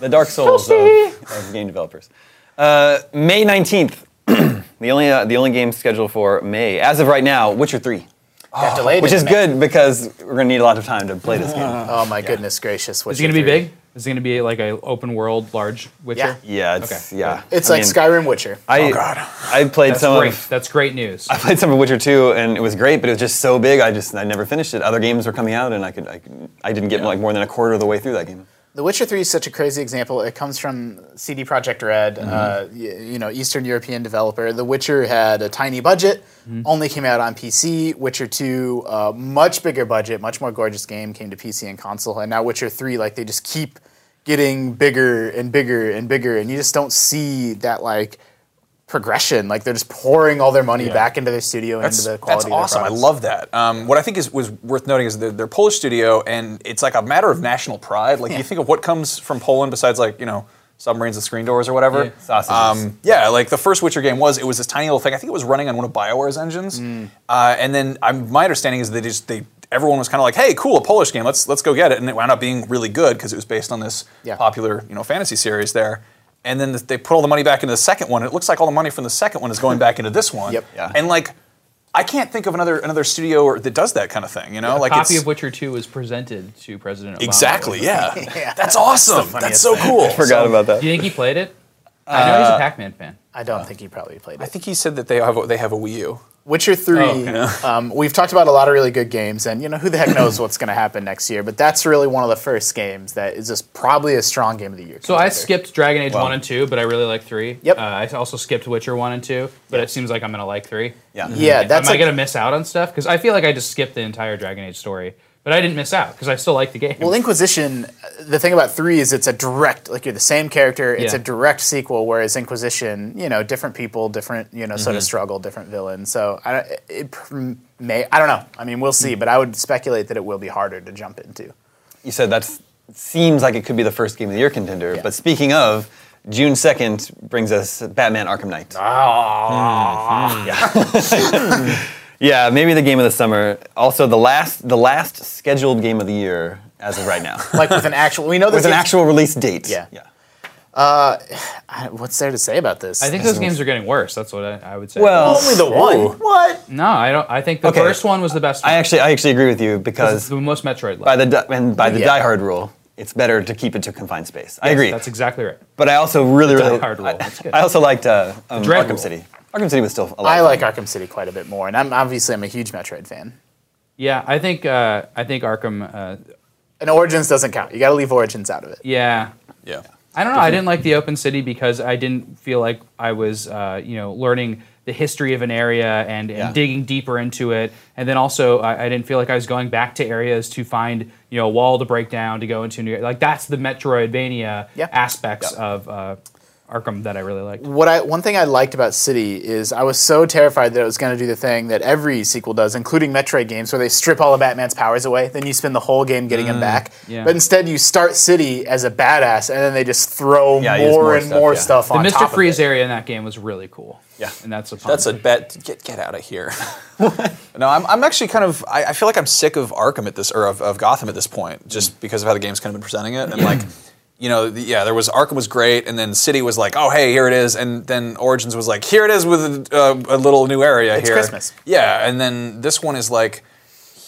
The Dark Souls of, of game developers. Uh, May nineteenth, the only uh, the only game scheduled for May as of right now, Witcher three, Got delayed Oh, which in is May. good because we're gonna need a lot of time to play this game. Oh my goodness gracious. Is it going to be big? Is it going to be like a open world, large Witcher? Yeah. Yeah, it's Okay, yeah. It's I like mean, Skyrim Witcher. I, Oh, God. I played That's some great. of That's great news. I played some of Witcher 2 and it was great, but it was just so big. I just I never finished it. Other games were coming out, and I could I, could- I didn't get like more than a quarter of the way through that game. The Witcher 3 is such a crazy example. It comes from CD Projekt Red, Mm-hmm. uh, y- you know, Eastern European developer. The Witcher had a tiny budget, Mm-hmm. only came out on PC. Witcher 2, uh, much bigger budget, much more gorgeous game, came to PC and console. And now Witcher 3, like they just keep getting bigger and bigger and bigger, and you just don't see that like progression. Like they're just pouring all their money back into their studio, and into the quality. That's awesome. I love that. Um, what I think is was worth noting is they're, they're Polish studio, and it's like a matter of national pride. Like you think of what comes from Poland besides like you know submarines and screen doors or whatever. Um, Yeah. Sausages. yeah, like the first Witcher game was it was this tiny little thing. I think it was running on one of Bioware's engines, Mm. uh, and then I'm, my understanding is they just they everyone was kind of like, hey, cool, a Polish game. Let's let's go get it, and it wound up being really good because it was based on this Yeah. popular you know fantasy series there. And then they put all the money back into the second one. It looks like all the money from the second one is going back into this one. Yep. Yeah. And like, I can't think of another another studio or, that does that kind of thing. You a know, like copy it's, of Witcher 2 was presented to President Obama. exactly. Yeah. Yeah. that's awesome. That's, so cool. Forgot about Do that. you think he played it? I know he's a Pac Man fan. I don't think he probably played it. I think he said that they have a, they have a Wii U. Witcher 3, Oh, okay. um, we've talked about a lot of really good games, and you know, who the heck knows what's going to happen next year, but that's really one of the first games that is just probably a strong game of the year. So I contender. skipped Dragon Age 1 and 2, but I really like 3. Yep. Uh, I also skipped Witcher 1 and 2, but it seems like I'm going to like 3. Yeah. Yeah, that's Mm-hmm. Am I like, going to miss out on stuff? Because I feel like I just skipped the entire Dragon Age story, but I didn't miss out because I still like the game. Well, Inquisition, uh, the thing about 3 is it's a direct, like you're the same character, it's Yeah. a direct sequel, whereas Inquisition, you know, different people, different, you know, Mm-hmm. sort of struggle, different villain. So I, don't- it pr- may, I don't know. I mean, we'll Mm. see, but I would speculate that it will be harder to jump into. You said that seems like it could be the first game of the year contender, but speaking of, June 2nd brings us Batman Arkham Knight. Yeah, maybe the game of the summer. Also, the last the last scheduled game of the year as of right now, like with an actual. We know there's with an actual release date. Yeah. yeah. What's there to say about this? I think those games are getting worse. That's what I, I would say. only the one. What? no, I don't. I think the Okay. first one was the best. I one. actually I actually agree with you It's because the most Metroid. by the di- and by the Yeah. Die Hard rule, it's better to keep it to confined space. I agree. That's exactly right. but I also really Die really Hard rule, I, that's good. I also liked uh, um, Dread Arkham rule. City. Arkham City was still a lot. I of like fun. Arkham City quite a bit more, and I'm obviously I'm a huge Metroid fan. Yeah, I think uh, I think Arkham. Uh, And Origins doesn't count. You got to leave Origins out of it. yeah, Yeah. I don't know. I didn't like the open city because I didn't feel like I was, uh, you know, learning the history of an area and, and Yeah. digging deeper into it. And then also, I, I didn't feel like I was going back to areas to find, you know, a wall to break down to go into new. Like that's the Metroidvania Yeah. aspects of uh, Arkham that I really liked. What I one thing I liked about City is I was so terrified that it was going to do the thing that every sequel does, including Metroid games, where they strip all of Batman's powers away. Then you spend the whole game getting him back. Mm, yeah. But instead, you start City as a badass, and then they just throw Yeah, you use more more and stuff, more yeah. stuff The on top Mr. of Freeze it. area in that game was really cool. Yeah. and that's a fun That's a bet. Get get out of here. no, I'm, I'm actually kind of. I, I feel like I'm sick of Arkham at this or of, of Gotham at this point, Mm. just because of how the game's kind of been presenting it. And like, you know, the, yeah, there was Arkham was great, and then City was like, oh hey, here it is, and then Origins was like, here it is with uh, a, a little new area It's here. Christmas. Yeah, and then this one is like.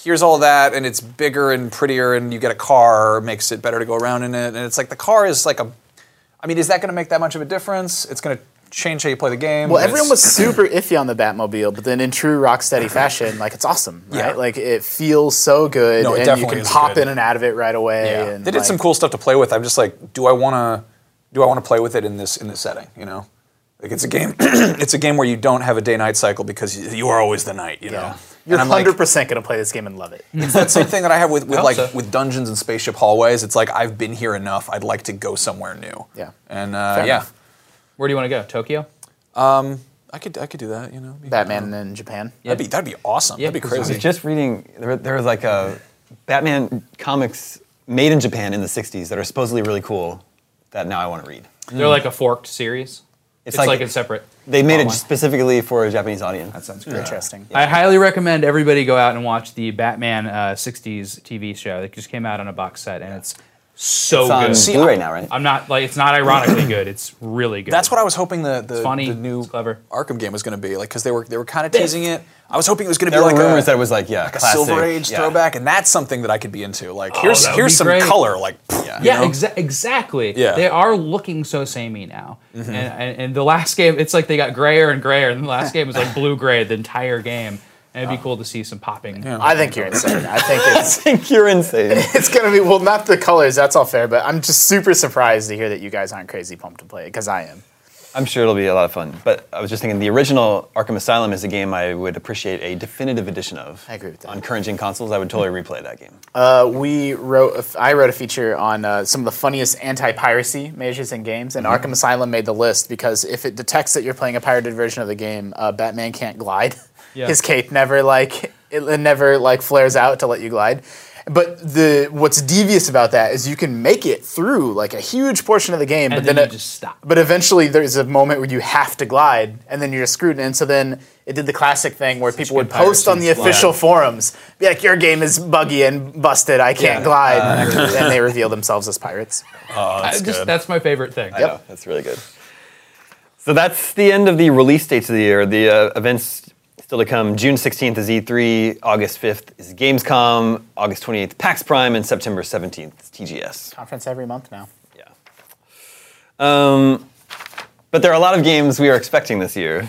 Here's all that, and it's bigger and prettier, and you get a car, makes it better to go around in it. And it's like the car is like a, I mean, is that going to make that much of a difference? It's going to change how you play the game. Well, and everyone it's- was super iffy on the Batmobile, but then in true Rocksteady fashion, like it's awesome, right? Yeah. Like it feels so good, No, it and you definitely can is pop good. in and out of it right away. Yeah. and, they did like- some cool stuff to play with. I'm just like, do I want to, do I want to play with it in this in this setting? You know, like it's a game, it's a game where you don't have a day-night cycle because you, you are always the night. You know, Yeah. And You're I'm like, hundred percent gonna play this game and love it. it's that same thing that I have with, with hope like so. with dungeons and spaceship hallways. It's like I've been here enough. I'd like to go somewhere new. Yeah. and uh, Fair yeah, enough. Where do you want to go? Tokyo. I could I could do that. You know, Be- Batman in Japan. That'd be that'd be awesome. Yeah, that'd be because I was crazy. just reading there, there was like a Batman comics made in Japan in the '60s that are supposedly really cool that now I want to read. They're like a forked series. It's, like, like- a separate. They made it Online. specifically for a Japanese audience. that sounds great. Interesting. I highly recommend everybody go out and watch the Batman uh, 60s TV show that just came out on a box set, and it's so it's on good. um, Blu-ray now, right? I'm not like it's not ironically good. It's really good. That's what I was hoping the the, funny, the new it's clever. Arkham game was going to be like because they were they were kind of teasing it. I was hoping it was going to there be like were rumors a, that it was like yeah, like a classic, silver age yeah. throwback, and that's something that I could be into. Like here's that would here's be some great. color, like yeah, Yeah, exa- exactly. Yeah. Mm-hmm. They are looking so samey now. And, and, and the last game, it's like they got grayer and grayer, and the last game was like blue gray the entire game. And it'd be cool to see some popping. I think you're insane. I think it's I think you're insane. it's gonna be well, not the colors. That's all fair, but I'm just super surprised to hear that you guys aren't crazy pumped to play it because I am. I'm sure it'll be a lot of fun. But I was just thinking the original Arkham Asylum is a game I would appreciate a definitive edition of. I agree with that. On current gen consoles, I would totally replay that game. Uh, we wrote. a f- I wrote a feature on uh, some of the funniest anti-piracy measures in games, Mm-hmm. and Arkham Asylum made the list because if it detects that you're playing a pirated version of the game, uh, Batman can't glide. Yeah. His cape never like it it never like flares out to let you glide. But the what's devious about that is you can make it through like a huge portion of the game, but And then, then you it, just stop. But eventually, there's a moment where you have to glide, and then you're just screwed. And so then it did the classic thing where people would post on the official forums, be like, "Your game is buggy and busted. I can't glide," Uh, and they reveal themselves as pirates. that's, that's my favorite thing. I know, that's really good. So that's the end of the release dates of the year. The uh, events still to come. June 16th is E3, August 5th is Gamescom, August 28th PAX Prime, and September 17th is TGS. Conference every month now. Yeah. Um, but there are a lot of games we are expecting this year.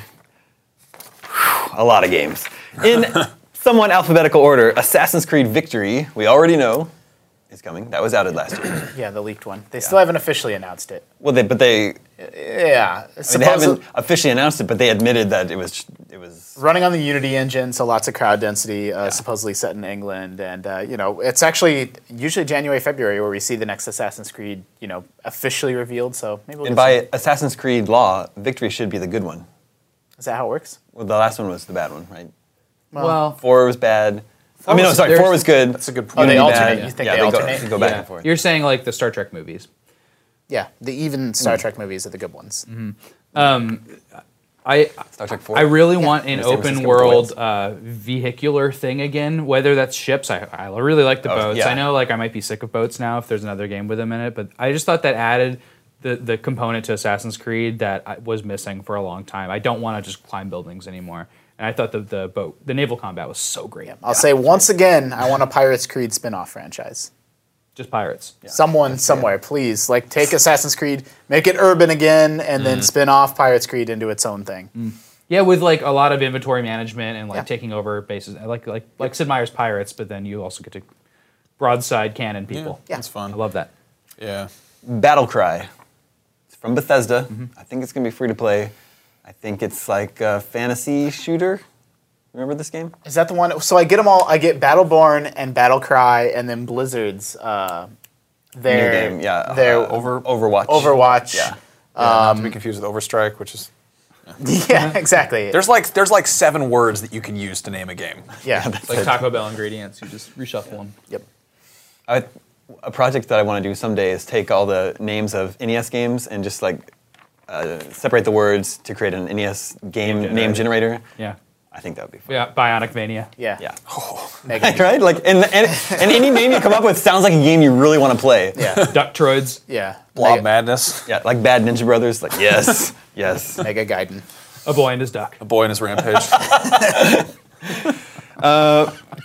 Whew, a lot of games. In somewhat alphabetical order, Assassin's Creed Victory, we already know, is coming. That was outed last year. Yeah, the leaked one. They still haven't officially announced it. Well, they, but they, Yeah, they supposedly haven't officially announced it, but they admitted that it was it was running on the Unity engine, so lots of crowd density. Uh, Supposedly set in England, and uh, you know, it's actually usually January, February where we see the next Assassin's Creed, you know, officially revealed. So maybe we'll and get by some- Assassin's Creed law, Victory should be the good one. is that how it works? Well, the last one was the bad one, right? Well, Four was bad. I mean, no, was- sorry, four there's- was good. That's a good point. Oh, they Unity alternate. bad. You think yeah, they go- alternate? Go, back yeah. and forth. you're saying like the Star Trek movies. Yeah, the even Hmm. Star Trek movies are the good ones. Mm-hmm. I Star Trek Four. I really want an San open Francisco world Boys. uh, vehicular thing again. Whether that's ships, I, I really like the boats. Oh, yeah. I know like I might be sick of boats now if there's another game with them in it, but I just thought that added the the component to Assassin's Creed that I was missing for a long time. I don't want to just climb buildings anymore, and I thought the the boat the naval combat was so great. I'll say once again, I want a Pirates Creed spin-off franchise. Just pirates. Someone somewhere, please, like take Assassin's Creed, make it urban again, and Mm. then spin off Pirates Creed into its own thing. Yeah, with like a lot of inventory management and like Yeah. taking over bases, I like like like Sid Meier's Pirates, but then you also get to broadside cannon people. Yeah. That's fun. I love that. Yeah. Battle Cry. It's from Bethesda. I think it's gonna be free to play. I think it's like a fantasy shooter. Remember this game? Is that the one? So I get them all. I get Battleborn and Battlecry, and then Blizzard's uh, their New game, yeah. their uh, over Overwatch. Overwatch. Yeah. Yeah, not to be confused with Overstrike, which is Yeah, exactly. there's like there's like seven words that you can use to name a game. yeah. like Taco Bell ingredients. You just reshuffle them. yep. I, a project that I want to do someday is take all the names of NES games and just like uh, separate the words to create an NES game name generator. Yeah. I think that would be fun. Yeah. Bionic Mania. Yeah. Yeah. Mega Man. right? Like, and, and, and any name you come up with sounds like a game you really want to play. Yeah. Ductroids. Yeah. Blob Mega, Madness, Yeah, like Bad Ninja Brothers. Like, yes, yes. Mega Gaiden. A boy and his duck. a boy and his rampage.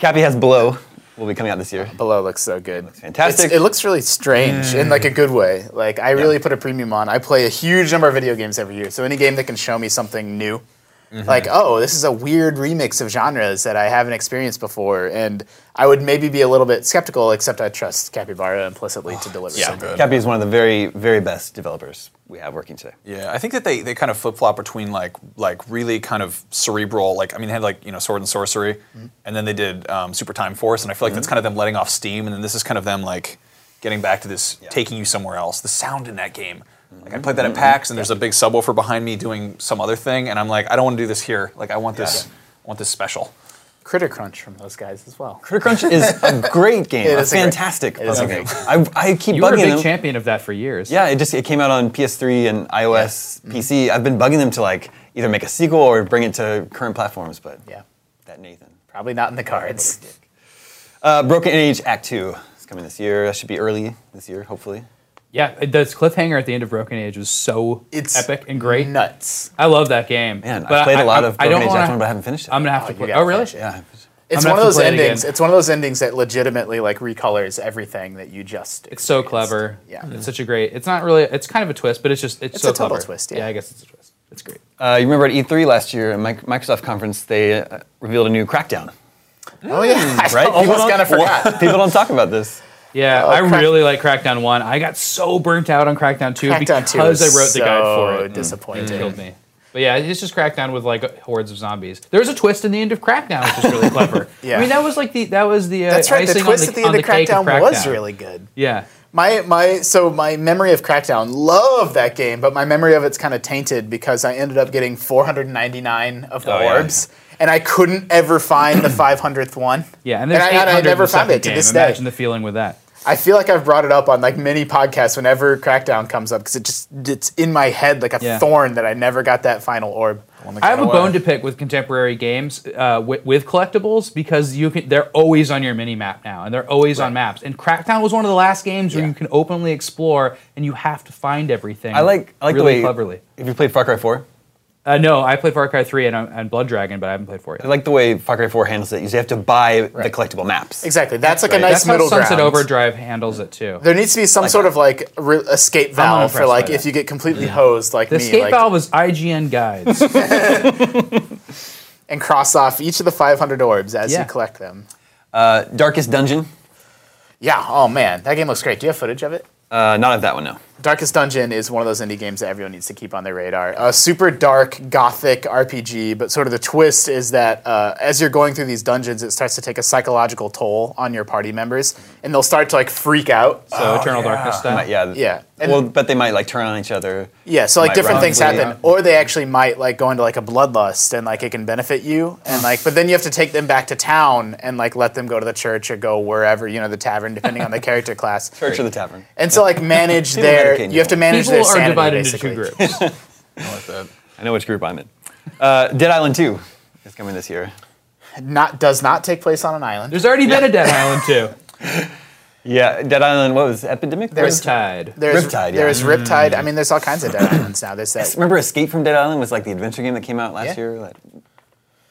Cappy has Below. Will be coming out this year. Below looks so good. fantastic. It's- it looks really strange in like a good way. Like I really put a premium on. I play a huge number of video games every year, so any game that can show me something new, like oh, this is a weird remix of genres that I haven't experienced before, and I would maybe be a little bit skeptical, except I trust Capybara implicitly to deliver. yeah. something. good. Cappy is one of the very, very best developers we have working today. Yeah, I think that they, they kind of flip flop between like like really kind of cerebral like I mean they had like you know Sword and Sorcery, and then they did um, Super Time Force, and I feel like that's kind of them letting off steam, and then this is kind of them like getting back to this taking you somewhere else. The sound in that game, like I played that at PAX, and there's a big subwoofer behind me doing some other thing, and I'm like I don't want to do this here. Like I want this I want this special. Critter Crunch from those guys as well. Critter Crunch is a great game. It a is a great- fantastic it is puzzle a game. great- I, I keep You bugging were a big them. champion of that for years. Yeah, it just it came out on PS3 and iOS, PC. I've been bugging them to like either make a sequel or bring it to current platforms, but Yeah, that Nathan. probably not in the cards. Uh, Broken Age Act 2 is coming this year. That should be early this year, hopefully. Yeah. it- This cliffhanger at the end of Broken Age was so It's epic and great. Nuts. I love that game. Man, But I played a lot I- of I Broken don't Age wanna- Act 1, but I haven't finished it. I'm gonna have to you play. gotta Oh really? finish it. yeah. It's gonna one of have to those play it endings. again. It's one of those endings that legitimately like recolors everything that you just. It's so experienced. clever. Mm. Yeah. It's such a great. It's not really. It's kind of a twist, but it's just. It's, It's so a total clever. twist, yeah. I guess it's a twist. It's great. Uh, you remember at E3 last year, at Mi- Microsoft conference, they uh, revealed a new Crackdown. Oh Hmm, yeah, I Right? almost People kind don't- of forgot. People don't talk about this. Yeah, I oh, Crack- really like Crackdown One. I got so burnt out on Crackdown Two Crackdown 2 because is I wrote the guide so for it. disappointing. It killed me. But yeah, it's just Crackdown with like hordes of zombies. There's a twist in the end of Crackdown, which is really clever. Yeah. I mean that was like the that was the uh, That's right. The icing on twist at the on end of cake Crackdown, was really good. yeah. My my so my memory of Crackdown, love that game, but my memory of it's kind of tainted because I ended up getting 499 of the Oh, yeah. orbs, and I couldn't ever find the 500th one. Yeah, and there's I- 800 I, in the never found second it to game. this day. Imagine the feeling with that. I feel like I've brought it up on like many podcasts whenever Crackdown comes up because it just it's in my head like a Yeah. thorn that I never got that final orb. I have a bone to pick with contemporary games uh, with, with collectibles because you can. They're always on your mini map now, and they're always on maps. And Crackdown was one of the last games where you can openly explore, and you have to find everything. I like, I like really the way. cleverly. If you played Far Cry 4, Uh, no, I played Far Cry Three and, uh, and Blood Dragon, but I haven't played Four yet. I like the way Far Cry 4 handles it. You have to buy the collectible maps. Exactly. That's like a Right. That's nice how middle ground. Sunset Overdrive handles it too. There needs to be some sort of like re- escape valve for impressed like by if that. you get completely hosed like the me, escape like, valve was IGN guides. and cross off each of the 500 orbs as Yeah. you collect them. Uh, Darkest Dungeon. Yeah. Oh man, that game looks great. Do you have footage of it? Uh, not of that one, no. Darkest Dungeon is one of those indie games that everyone needs to keep on their radar. A super dark gothic RPG, but sort of the twist is that uh, as you're going through these dungeons, it starts to take a psychological toll on your party members, and they'll start to like freak out. Uh, so Eternal Darkness style. Might- yeah. Yeah. And- well, but they might like turn on each other. Yeah, so like Might different run things completely happen, or they actually might like go into like a bloodlust and like it can benefit you, and like but then you have to take them back to town and like let them go to the church or go wherever you know the tavern depending on the character class, Church of the Tavern. and so like manage don't matter their Okay, you have to manage People their are sanity. divided basically. into two groups. I like that. I know which group I'm in. Uh, Dead Island 2 is coming this year. Not does not take place on an island. There's already been a Dead Island too. Yeah, Dead Island, what was it, Epidemic? There's- Tide. There's Riptide, yeah. There's Riptide. I mean, there's all kinds of dead islands now. There's that. Remember Escape from Dead Island was like the adventure game that came out last Yeah. year that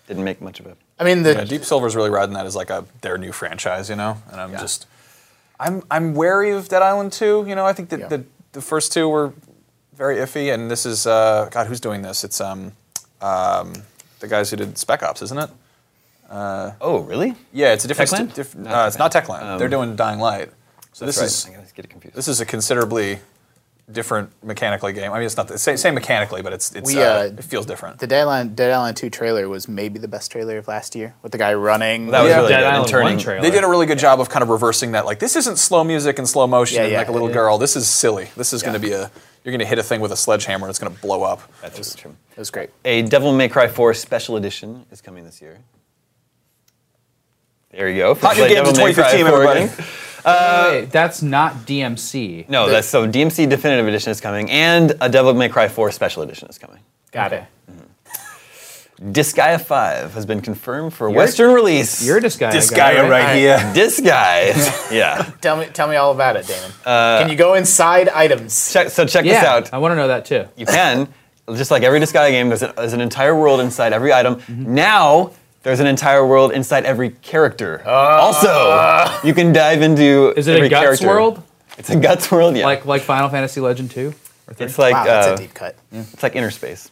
didn't make much of a. I mean, Yeah, the Deep Silver's really riding that as like a their new franchise, you know. And I'm just, I'm I'm wary of Dead Island 2. You know, I think that Yeah. the the first two were very iffy, and this is uh, God, who's doing this? It's um, um, the guys who did Spec Ops, isn't it? Oh, really? Yeah, it's a different. Techland? diff- Not uh, it's not Techland. Techland. Um, They're doing Dying Light. So That's this right. is I always get it confused. this is a considerably different mechanically game. I mean, it's not the same, same mechanically, but it's it's We, uh, uh, it feels different. the Dead Island Dead Island Two trailer was maybe the best trailer of last year with the guy running. that was Yeah. really Dead good. and Island turning. one trailer. They did a really good job of kind of reversing that. Like, this isn't slow music and slow motion Yeah, and yeah. like a little Yeah. girl. This is silly. This is going to be a. You're going to hit a thing with a sledgehammer and it's going to blow up. That's really true. it was great. A Devil May Cry 4 special edition is coming this year. There you go. Hot new Play games of Devil May Cry 2015, 4 everybody. again. Wait, that's not DMC. No, that's so DMC Definitive Edition is coming, and a Devil May Cry 4 special edition is coming. Got it. Disgaea 5 has been confirmed for Western release. You're just guy. This guy right, right. here. Disgaea. yeah. Tell me, tell me all about it, Damon. Uh, Can you go inside items? Check, so check Yeah, this out. I want to know that too. You can. Just like every Disgaea game, there's, a, there's an entire world inside every item. Mm-hmm. Now, there's an entire world inside every character. also, you can dive into. Ah. Is it every a guts character. world? It's a guts world, yeah. Like like Final Fantasy Legend two or three? it's like Wow, that's uh, a deep cut. it's like inner space.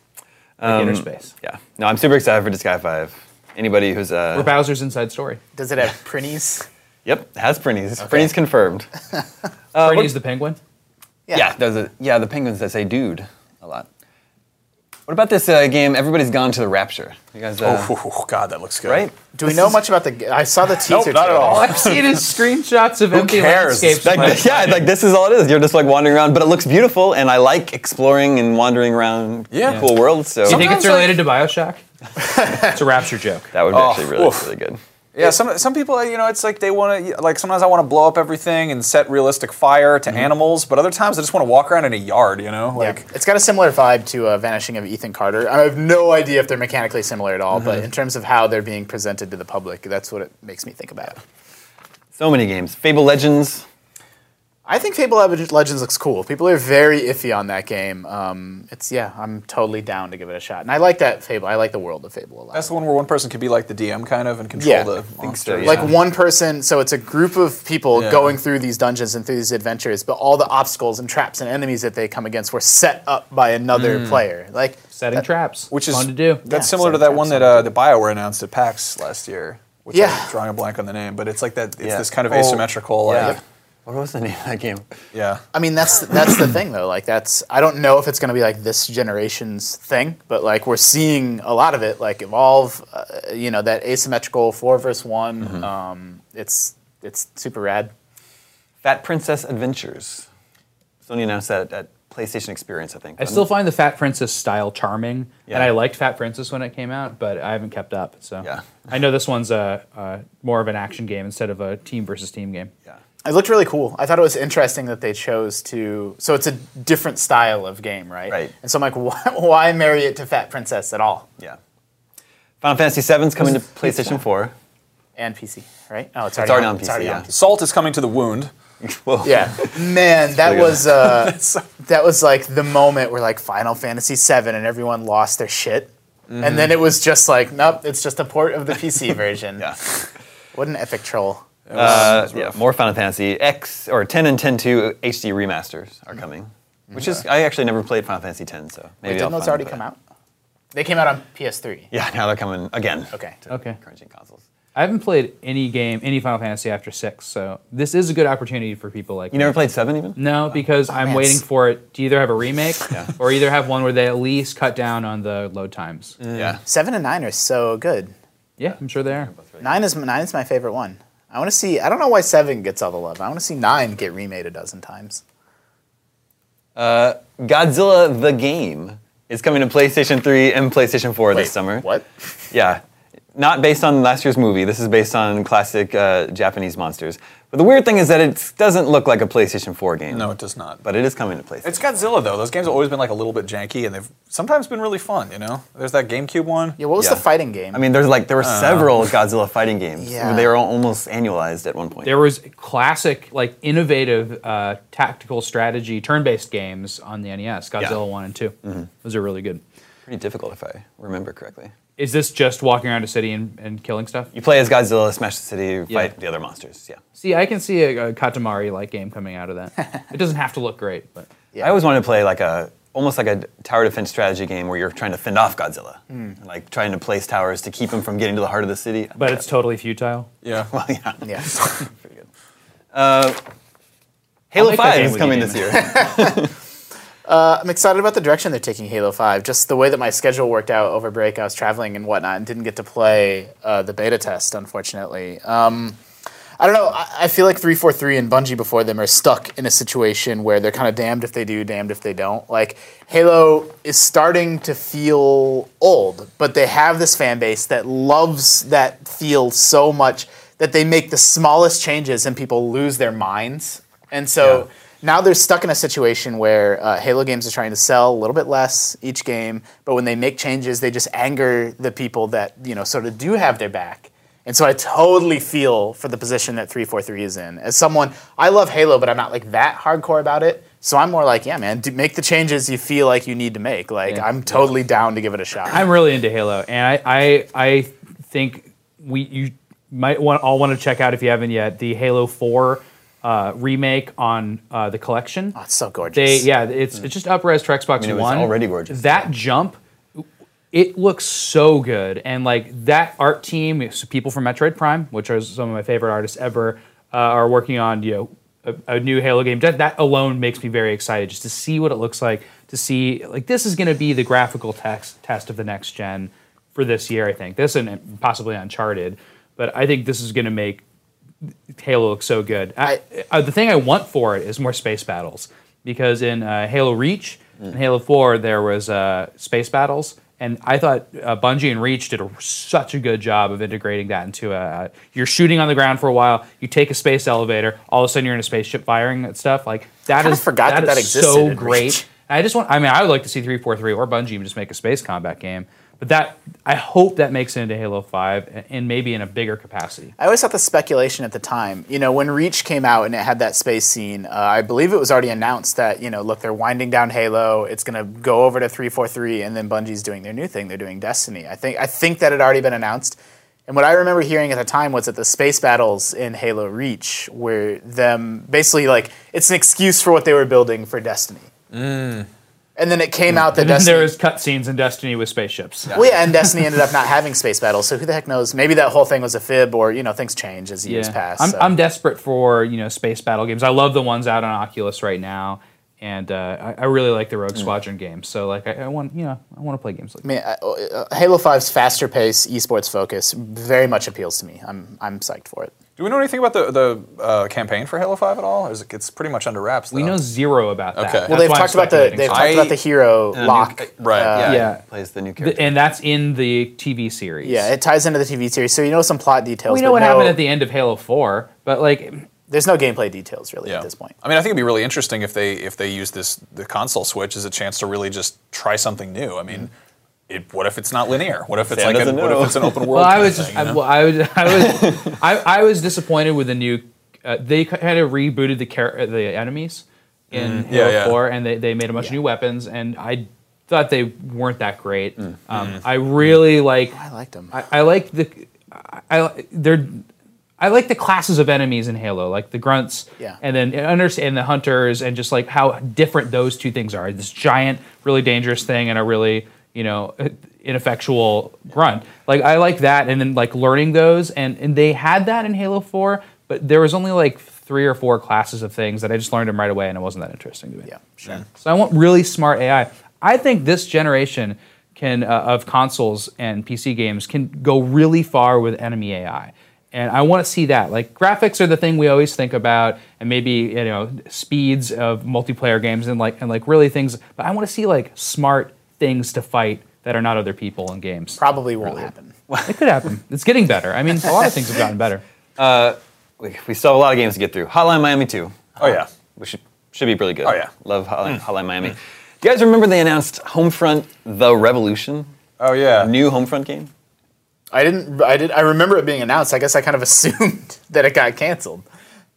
Um, Like Inner Space. Yeah. No, I'm super excited for Disgaea 5. Anybody who's uh, Or Bowser's Inside Story. Does it have printies? yep has Prinny's. Prinny's confirmed. Uh, the penguin. Yeah, there's a, yeah, the penguins that say dude a lot. What about this uh, game, Everybody's Gone to the Rapture? You guys, uh, Oh, God, that looks good. right? Do we know much about the? g- I saw the teaser. Nope, not at trailer. all. I've seen his screenshots of empty cares? landscapes. Like, Like, yeah, like this is all it is. You're just like wandering around, but it looks beautiful, and I like exploring and wandering around Yeah. cool worlds. So you think Sometimes, it's related to Bioshock? it's a rapture joke. that would be Oh, actually really, oof. really good. Yeah, some some people, you know, it's like they want to, like sometimes I want to blow up everything and set realistic fire to animals, but other times I just want to walk around in a yard, you know, Mm-hmm. Yeah. like. It's got a similar vibe to uh, Vanishing of Ethan Carter. I have no idea if they're mechanically similar at all, Mm-hmm. but in terms of how they're being presented to the public, that's what it makes me think about. So many games. Fable Legends. I think Fable Leg- Legends looks cool. People are very iffy on that game. Um, it's yeah, I'm totally down to give it a shot, and I like that Fable. I like the world of Fable a lot. That's the one where one person could be like the DM kind of and control Yeah, I the think so, monster. yeah. like one person, so it's a group of people Yeah. going through these dungeons and through these adventures, but all the obstacles and traps and enemies that they come against were set up by another player. Like Setting traps. which is fun to do. That's Yeah, similar to same that time, one same that uh, the Bioware announced at PAX last year. Which Yeah. I'm drawing a blank on the name, but it's like that. It's Yeah. this kind of Oh, asymmetrical. yeah. like, What was the name of that game? yeah. I mean, that's that's the thing though. Like that's I don't know if it's going to be like this generation's thing, but like we're seeing a lot of it, like evolve. Uh, you know, that asymmetrical four versus one. Mm-hmm. Um, it's it's super rad. Fat Princess Adventures. Sony announced that at PlayStation Experience, I think. I still find the Fat Princess style charming, Yeah. and I liked Fat Princess when it came out, but I haven't kept up. So Yeah. I know this one's a, uh more of an action game instead of a team versus team game. Yeah. It looked really cool. I thought it was interesting that they chose to. So it's a different style of game, right? Right. And so I'm like, why, why marry it to Fat Princess at all? Yeah. Final Fantasy VII's coming to PlayStation 4. And PC, right? Oh, it's It's already, already on It's PC, already yeah. on PC. Salt is coming to the wound. Whoa. Yeah, man, that pretty good. was uh, that was like the moment where like Final Fantasy VII and everyone lost their shit, and then it was just like, nope, it's just a port of the PC version. Yeah. What an epic troll! Uh, yeah, more Final Fantasy X or 10 and 10.2 HD remasters are coming, which is I actually never played Final Fantasy 10, so maybe Wait, I'll didn't those finally already play come it. out? They came out on PS3. Yeah, now they're coming again. Okay. to Okay. Current gen consoles. I haven't played any game, any Final Fantasy after six, so this is a good opportunity for people like You never played seven even? No, because I'm man, waiting s- for it to either have a remake or either have one where they at least cut down on the load times. Yeah. Seven and nine are so good. Yeah, I'm sure they are. Nine is nine is my favorite one. I want to see. I don't know why seven gets all the love. I want to see nine get remade a dozen times. Godzilla the game is coming to PlayStation 3 and PlayStation 4 Wait, this summer. What? Yeah. not based on last year's movie. This is based on classic uh, Japanese monsters. But the weird thing is that it doesn't look like a PlayStation 4 game. No, it does not. But it is coming to PlayStation. It's Godzilla though. Those games have always been like a little bit janky, and they've sometimes been really fun. You know, there's that GameCube one. Yeah, what was Yeah. the fighting game? I mean, there's like there were several Godzilla fighting games. Yeah. They were al- almost annualized at one point. There was classic, like innovative uh, tactical strategy turn-based games on the NES, Godzilla Yeah. Mm-hmm. One and 2 Those are really good. pretty difficult if I remember correctly. Is this just walking around a city and, and killing stuff? You play as Godzilla, smash the city, Yeah. fight the other monsters. Yeah. See, I can see a, a Katamari-like game coming out of that. it doesn't have to look great, but I always wanted to play like a almost like a tower defense strategy game where you're trying to fend off Godzilla, like trying to place towers to keep him from getting to the heart of the city. but it's totally futile. Yeah. well, yeah, yeah. pretty good. Uh, Halo make that game Five is with coming you, this year. I'm excited about the direction they're taking Halo 5. Just the way that my schedule worked out over break, I was traveling and whatnot and didn't get to play uh, the beta test, unfortunately. Um, I don't know. I, I feel like 343 and Bungie before them are stuck in a situation where they're kind of damned if they do, damned if they don't. Like, Halo is starting to feel old, but they have this fan base that loves that feel so much that they make the smallest changes and people lose their minds. And so now they're stuck in a situation where uh, Halo games are trying to sell a little bit less each game, but when they make changes, they just anger the people that, you know, sort of do have their back. And so I totally feel for the position that 343 is in. As someone, I love Halo, but I'm not like that hardcore about it. So I'm more like, yeah, man, do, make the changes you feel like you need to make. Like, I'm totally down to give it a shot. I'm really into Halo, and I I, I think we you might want all want to check out if you haven't yet the Halo Four uh, remake on uh, the collection. it's so gorgeous. They yeah, it's it's just upres to Xbox Mm. mean, it was One. already gorgeous, That jump, it looks so good, and like that art team, it's people from Metroid Prime, which are some of my favorite artists ever, uh, are working on you know. A, a new Halo game. That, that alone makes me very excited just to see what it looks like. To see like this is going to be the graphical text test of the next gen for this year. I think this and possibly Uncharted, but I think this is going to make Halo looks so good. I, uh, the thing I want for it is more space battles because in uh, Halo Reach and Mm. Halo Four there was uh, space battles, and I thought uh, Bungie and Reach did a, such a good job of integrating that into a. You're shooting on the ground for a while. You take a space elevator. All of a sudden you're in a spaceship firing at stuff. Like that Kinda is forgot that that is existed So in great. Reach. I just want. I mean, I would like to see three four three or Bungie just make a space combat game. But that I hope that makes it into Halo Five and- and maybe in a bigger capacity. I always thought the speculation at the time, you know, when Reach came out and it had that space scene, uh, I believe it was already announced that, you know, look, they're winding down Halo, it's going to go over to 343 and then Bungie's doing their new thing, they're doing Destiny. I think I think that had already been announced. And what I remember hearing at the time was that the space battles in Halo Reach were them basically like it's an excuse for what they were building for Destiny. And then it came out that And then Destiny there is cutscenes in Destiny with spaceships. well, yeah, and Destiny ended up not having space battles, so who the heck knows? Maybe that whole thing was a fib, or you know, things change as years pass. I'm, so. I'm desperate for you know space battle games. I love the ones out on Oculus right now, and uh, I, I really like the Rogue Hmm. Squadron games. So like I, I want you know I want to play games like I mean, uh, uh, Halo 5's faster pace, esports focus, very much appeals to me. I'm I'm psyched for it. Do we know anything about the the uh, campaign for Halo Five at all? Or is it, it's pretty much under wraps. we though. know zero about that. Okay. Well, Well, That's they've why I'm talked about the speculating. they've I- talked about the hero And a new- lock. Right. yeah. yeah. Plays the new character. and that's in the TV series. Yeah, it ties into the TV series, so you know some plot details. we but know what no- happened at the end of Halo Four, but like There's no gameplay details really Yeah. at this point. I mean, I think it'd be really interesting if they if they use this the console switch as a chance to really just try something new. I mean, it, what if it's not linear? What if it's Sam like a, doesn't what know. if it's an open Well, world? I kind of was just, thing, I, you know? well, I was, I was, I, I was disappointed with the new. Uh, they kind of rebooted the char- uh, the enemies in Halo Mm, Yeah, yeah. Four, and they, they made a bunch of new weapons, and I thought they weren't that great. Mm, Um, I really like. I liked them. I, I like the. I, I they're. I like the classes of enemies in Halo, like the grunts, Yeah. and then and understand the hunters, and just like how different those two things are. This giant, really dangerous thing, and a really you know ineffectual grunt. Like I like that, and then like learning those, and and they had that in Halo Four, but there was only like three or four classes of things that I just learned them right away, and it wasn't that interesting to me. yeah, sure. So I want really smart AI. I think this generation can uh, of consoles and PC games can go really far with enemy AI. And I want to see that. Like graphics are the thing we always think about, and maybe you know speeds of multiplayer games and like and like really things. But I want to see like smart things to fight that are not other people and games. Probably won't happen. It could happen. It's getting better. I mean, a lot of things have gotten better. We, we still have a lot of games to get through. Hotline Miami 2, Oh yeah. which should, should be really good. Oh, yeah. Love Hotline, Hotline Miami. Do you guys remember they announced Homefront The Revolution? Oh yeah. New Homefront game? I didn't. I did. I remember it being announced. I guess I kind of assumed that it got canceled.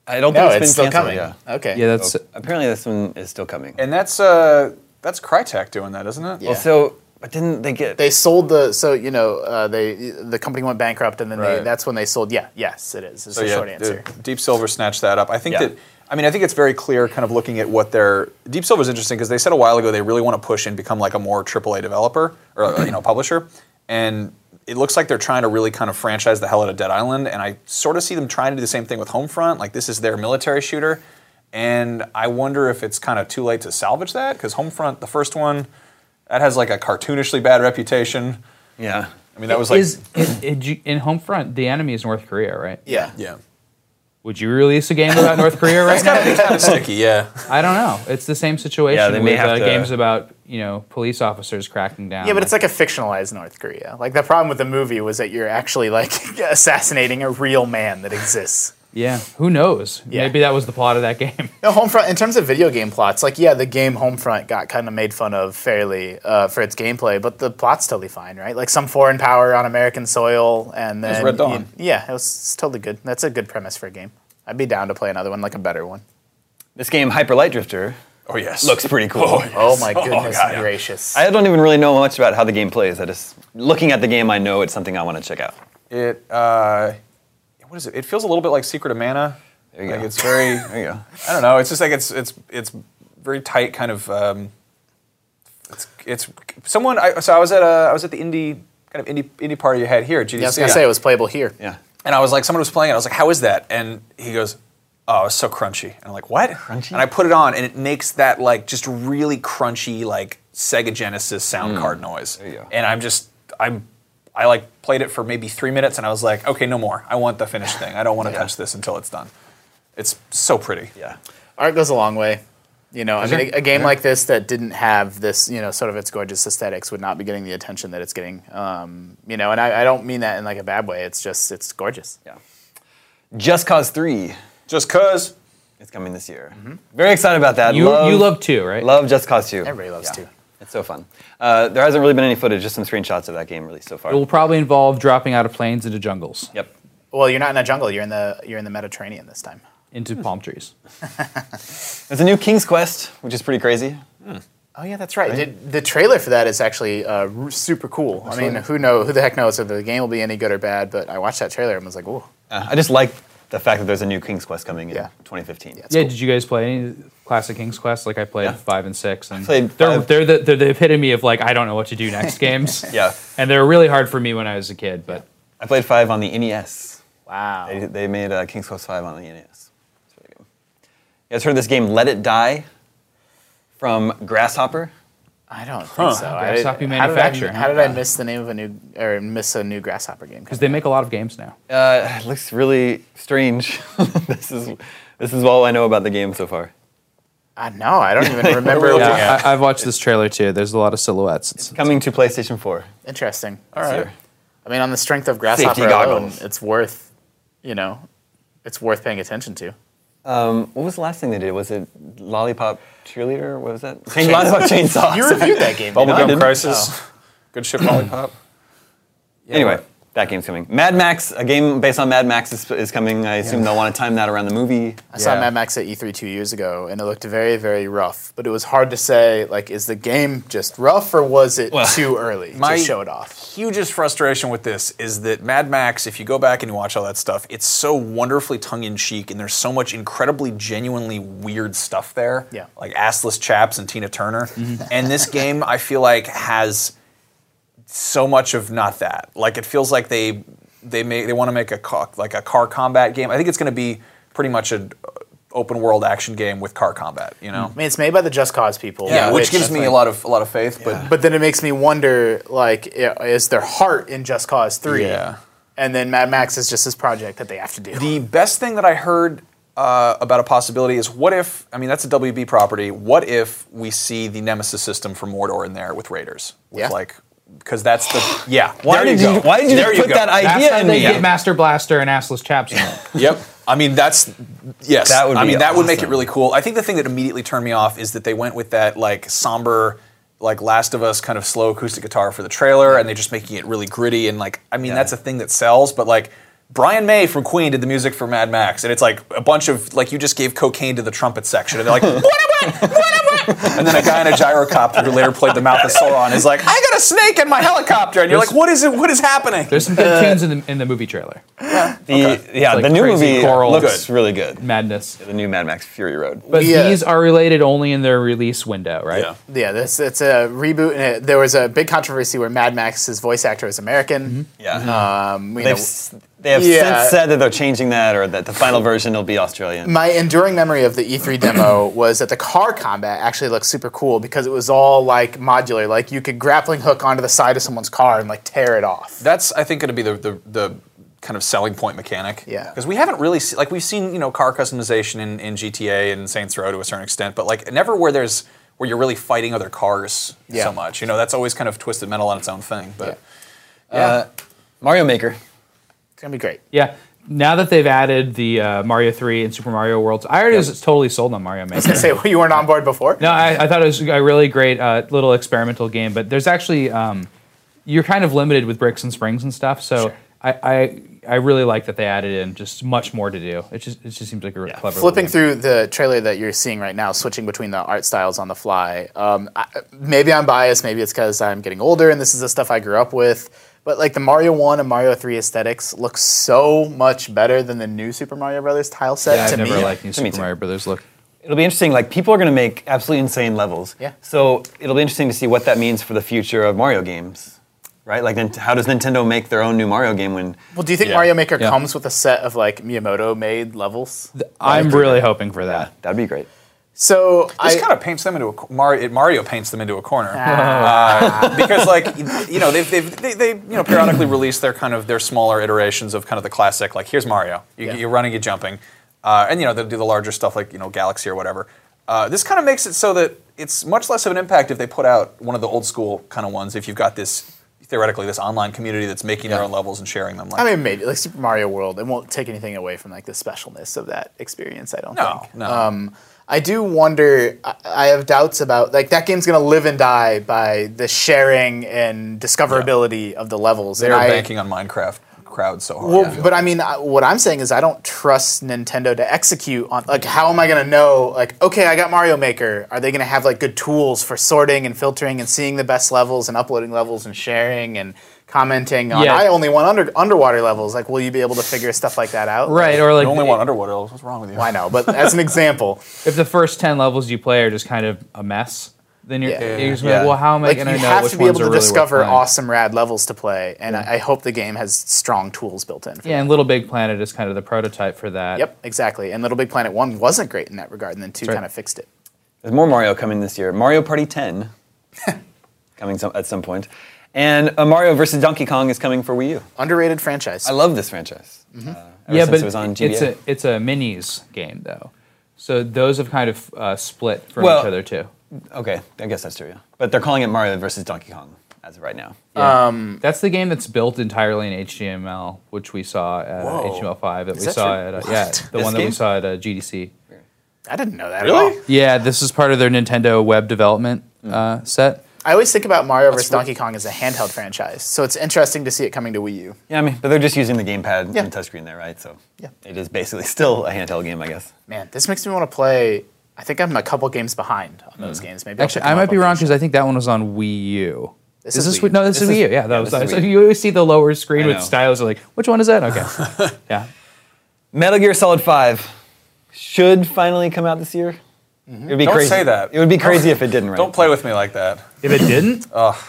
I don't No, think it's, it's been still canceled, coming. Yeah. Okay. Yeah, that's Apparently this one is still coming. and that's uh that's Crytek doing that, isn't it? Yeah. So, but didn't they get? they sold the. So you know, uh, they the company went bankrupt, and then they, Right. that's when they sold. Yeah. Yes, it is. It's So a yeah, short answer. the- Deep Silver snatched that up. I think Yeah. that I mean I think it's very clear, kind of looking at what their Deep Silver's interesting because they said a while ago they really want to push and become like a more AAA developer or uh, you know publisher, and it looks like they're trying to really kind of franchise the hell out of Dead Island, and I sort of see them trying to do the same thing with Homefront. Like this is their military shooter, and I wonder if it's kind of too late to salvage that because Homefront, the first one, that has like a cartoonishly bad reputation. yeah. I mean that was like is it, it, you- in Homefront the enemy is North Korea, right? Yeah. yeah, Would you release a game about North Korea right now? kind of sticky. Yeah, I don't know. It's the same situation Yeah, they may with have uh, to- games about you know police officers cracking down. Yeah, but it's like a fictionalized North Korea. Like the problem with the movie was that you're actually like assassinating a real man that exists. yeah. Who knows? Yeah. Maybe that was the plot of that game. No, Homefront. In terms of video game plots, like yeah, the game Homefront got kind of made fun of fairly uh, for its gameplay, but the plot's totally fine, right? Like some foreign power on American soil, and was then Red Dawn. yeah, it was it's totally good. That's a good premise for a game. I'd be down to play another one, like a better one. This game Hyper Light Drifter oh yes, looks pretty cool. Oh my goodness God, yeah. gracious! I don't even really know much about how the game plays. I just looking at the game, I know it's something I want to check out. It uh, what is it? It feels a little bit like Secret of Mana. There you like go. it's very There you go. I don't know. It's just like it's it's it's very tight kind of. Um, it's it's someone. I, so I was at a I was at the indie kind of indie indie party you had here at GDC. yeah, I was gonna say it was playable here. Yeah. And I was like, someone was playing it. I was like, how is that? And he goes, oh, it's so crunchy. And I'm like, what? Crunchy? And I put it on, and it makes that like just really crunchy like Sega Genesis sound card noise. Hmm. you go. And I'm just I'm I like played it for maybe three minutes, and I was like, okay, no more. I want the finished thing. I don't want to touch this until it's done. It's so pretty. Yeah. art goes a long way. You know, I Is mean, it? a, a game like this that didn't have this, you know, sort of its gorgeous aesthetics would not be getting the attention that it's getting. Um, you know, and I, I don't mean that in like a bad way. It's just it's gorgeous. Yeah. Just Cause Three Just cause. is coming this year. Mm-hmm. Very excited about that. You you love two, right? Love Just Cause Two. Everybody loves Yeah. two. It's so fun. Uh, there hasn't really been any footage, just some screenshots of that game released so far. It will probably involve dropping out of planes into jungles, Yep. Well, you're not in a jungle. You're in the you're in the Mediterranean this time. into palm trees. There's a new King's Quest, which is pretty crazy. Oh yeah, that's right. Did, the trailer for that is actually uh, r- super cool. I mean, who know who the heck knows if the game will be any good or bad? But I watched that trailer and was like, ooh, Uh, I just like the fact that there's a new King's Quest coming in Yeah. 2015. it's yeah, cool. did you guys play any classic King's Quest? Like I played Yeah. five and six, and played they're five. they're the they're the epitome of like I don't know what to do next games. Yeah. and they're really hard for me when I was a kid. But I played five on the E NES. wow. They, they made uh, King's Quest Five on the NES. It's really good. You guys heard of this game Let It Die from Grasshopper? I don't think so. I- Grasshopper how did I- manufacturer, huh? How did I miss the name of a new or miss a new grasshopper game? because they make a lot of games now. Uh, it looks really strange. this is this is all I know about the game so far. I know. I don't even remember. looking what- at? Yeah. I, I've watched this trailer too. There's a lot of silhouettes. It's, Coming to PlayStation 4. Interesting. All right. I mean, on the strength of Grasshopper alone, goggles. it's worth, you know, it's worth paying attention to. What was the last thing they did? Was it Lollipop Cheerleader? What was that? Lollipop Chainsaw. You reviewed that game. No, I Bubblegum didn't. Oh. Crisis. Good ship lollipop. anyway, that game's coming. Mad Max, a game based on Mad Max is, is coming. I assume they'll want to time that around the movie. I saw Yeah. Mad Max at E3 two years ago, and it looked very, very rough. But it was hard to say, like, is the game just rough or was it too early my- to show it off? hugest frustration with this is that Mad Max, if you go back and you watch all that stuff, it's so wonderfully tongue in cheek, and there's so much incredibly, genuinely weird stuff there. Yeah. Like assless chaps and Tina Turner. and this game, I feel like, has so much of not that. Like it feels like they they make they want to make a car, like a car combat game. I think it's going to be pretty much an uh, open world action game with car combat. You know. I mean, it's made by the Just Cause people. Yeah, which, gives me a lot of a lot of faith, but But then it makes me wonder, like, i- is their heart in Just Cause three? Yeah. And then Mad Max is just this project that they have to do. The best thing that I heard uh, about a possibility is what if, I mean, that's a WB property. What if we see the Nemesis system from Mordor in there with Raiders? With Yeah. like because that's the yeah. Why there did you go. you, why did you there put go. that That's idea how in they me? get Master Blaster and Assless Chaps. Yep. I mean that's yes. That would I be mean that would make it awesome. really cool. I think the thing that immediately turned me off is that they went with that like somber, like Last of Us kind of slow acoustic guitar for the trailer, and they're just making it really gritty and like I mean that's a thing that sells, but like. Brian May from Queen did the music for Mad Max, and it's like a bunch of like you just gave cocaine to the trumpet section, and they're like, what up, what? What up, what?" and then a guy in a gyrocopter who later played the mouth of Sauron is like, I got a snake in my helicopter, and you're like, what is it? What is happening? There's some Uh, good tunes in the, in the movie trailer. The, Yeah, It's the like new crazy movie choral. looks really good. Madness. The new Mad Max Fury Road. But Yeah. these are related only in their release window, right? Yeah. Yeah, this it's a reboot. And it, there was a big controversy where Mad Max's voice actor is American. yeah. Um, you Mm-hmm. They've, know, s- they have Yeah. since said that they're changing that or that the final version will be Australian. my enduring memory of the E3 demo was that the car combat actually looked super cool because it was all like modular. Like you could grappling hook onto the side of someone's car and like tear it off. That's I think going to be the, the the kind of selling point mechanic. Yeah. Because we haven't really se- like we've seen you know car customization in, in GTA and Saints Row to a certain extent, but like never where there's where you're really fighting other cars Yeah. so much. You know that's always kind of twisted metal on its own thing. But uh, Yeah, Mario Maker. it's gonna be great. Yeah. Now that they've added the uh, Mario 3 and Super Mario Worlds, I already was totally sold on Mario Maker. I say well, you weren't on board before. No, I, I thought it was a really great uh, little experimental game, but there's actually um, you're kind of limited with bricks and springs and stuff. So I, I I really like that they added in just much more to do. It just it just seems like a really clever Flipping little game. through the trailer that you're seeing right now, switching between the art styles on the fly. Um, I, maybe I'm biased. Maybe it's because I'm getting older and this is the stuff I grew up with. But like the Mario One and Mario Three aesthetics look so much better than the new Super Mario Brothers tile set Yeah, I've to never me. liked New me Super too. Mario Brothers look. It'll be interesting. Like people are going to make absolutely insane levels. Yeah. So it'll be interesting to see what that means for the future of Mario games, right? Like, then how does Nintendo make their own new Mario game when? well, do you think Yeah. Mario Maker Yeah. comes with a set of like Miyamoto made levels? I'm really hoping for that. That'd be great. So this I kind of paints them into a co- Mario. It, Mario paints them into a corner uh, because, like, you know, they've, they've they, they you know periodically release their kind of their smaller iterations of kind of the classic. Like, here's Mario. You, Yeah. You're running, you're jumping, uh, and you know they'll do the larger stuff like you know Galaxy or whatever. Uh, this kind of makes it so that it's much less of an impact if they put out one of the old school kind of ones. If you've got this theoretically this online community that's making their own levels and sharing them. Like, I mean, maybe like Super Mario World. It won't take anything away from like the specialness of that experience. I don't No, think. no. Um, I do wonder. I, I have doubts about like that game's going to live and die by the sharing and discoverability of the levels. they're and I- banking on Minecraft crowd so hard. Well, I feel. but I mean, I, what I'm saying is, I don't trust Nintendo to execute on. Like, how am I going to know? Like, okay, I got Mario Maker. Are they going to have like good tools for sorting and filtering and seeing the best levels and uploading levels and sharing and commenting on? Yeah. I only want under underwater levels. Like, will you be able to figure stuff like that out? Right, or like you only want underwater levels. What's wrong with you? I know, but as an example, if the first ten levels you play are just kind of a mess, then you're, Yeah. you're just like, Yeah. well, how am I like you gonna know have which to be ones able are to really worth discover playing? awesome rad levels to play, and I, I hope the game has strong tools built in. For Yeah, and Little Big Planet is kind of the prototype for that. Yep, exactly. And Little Big Planet One wasn't great in that regard, and then two right. kind of fixed it. There's more Mario coming this year. Mario Party 10 coming some, at some point, and uh, Mario versus Donkey Kong is coming for Wii U. Underrated franchise. I love this franchise. Mm-hmm. Uh, ever yeah, since but it was on GBA. it's a it's a minis game though, so those have kind of uh, split from Well- each other too. okay, I guess that's true. Yeah. But they're calling it Mario versus Donkey Kong as of right now. um, That's the game that's built entirely in HTML, which we saw at uh, HTML5 that we that saw true? at uh, yeah the This one that we game? saw at uh, GDC. I didn't know that Really? at all. Yeah, this is part of their Nintendo web development Hmm. uh, set. I always think about Mario vs. Donkey Kong as a handheld franchise, so it's interesting to see it coming to Wii U. Yeah, I mean, but they're just using the gamepad Yeah. and touchscreen there, right? So Yeah. it is basically still a handheld game, I guess. Man, this makes me want to play. I think I'm a couple games behind on those games. Maybe Mm. I'll Actually, pick 'em I up might be on wrong the- because I think that one was on Wii U. This is this is Wii U. Wii? No, this, is This Wii is- U. Yeah, that yeah, was. this is so Wii U. you always see the lower screen I with know. styles. You're like, which one is that? Okay, yeah. Metal Gear Solid 5 should finally come out this year. It would be Mm-hmm. Don't crazy. say that. It would be crazy if it didn't, right? Don't play with me like that. If it didn't,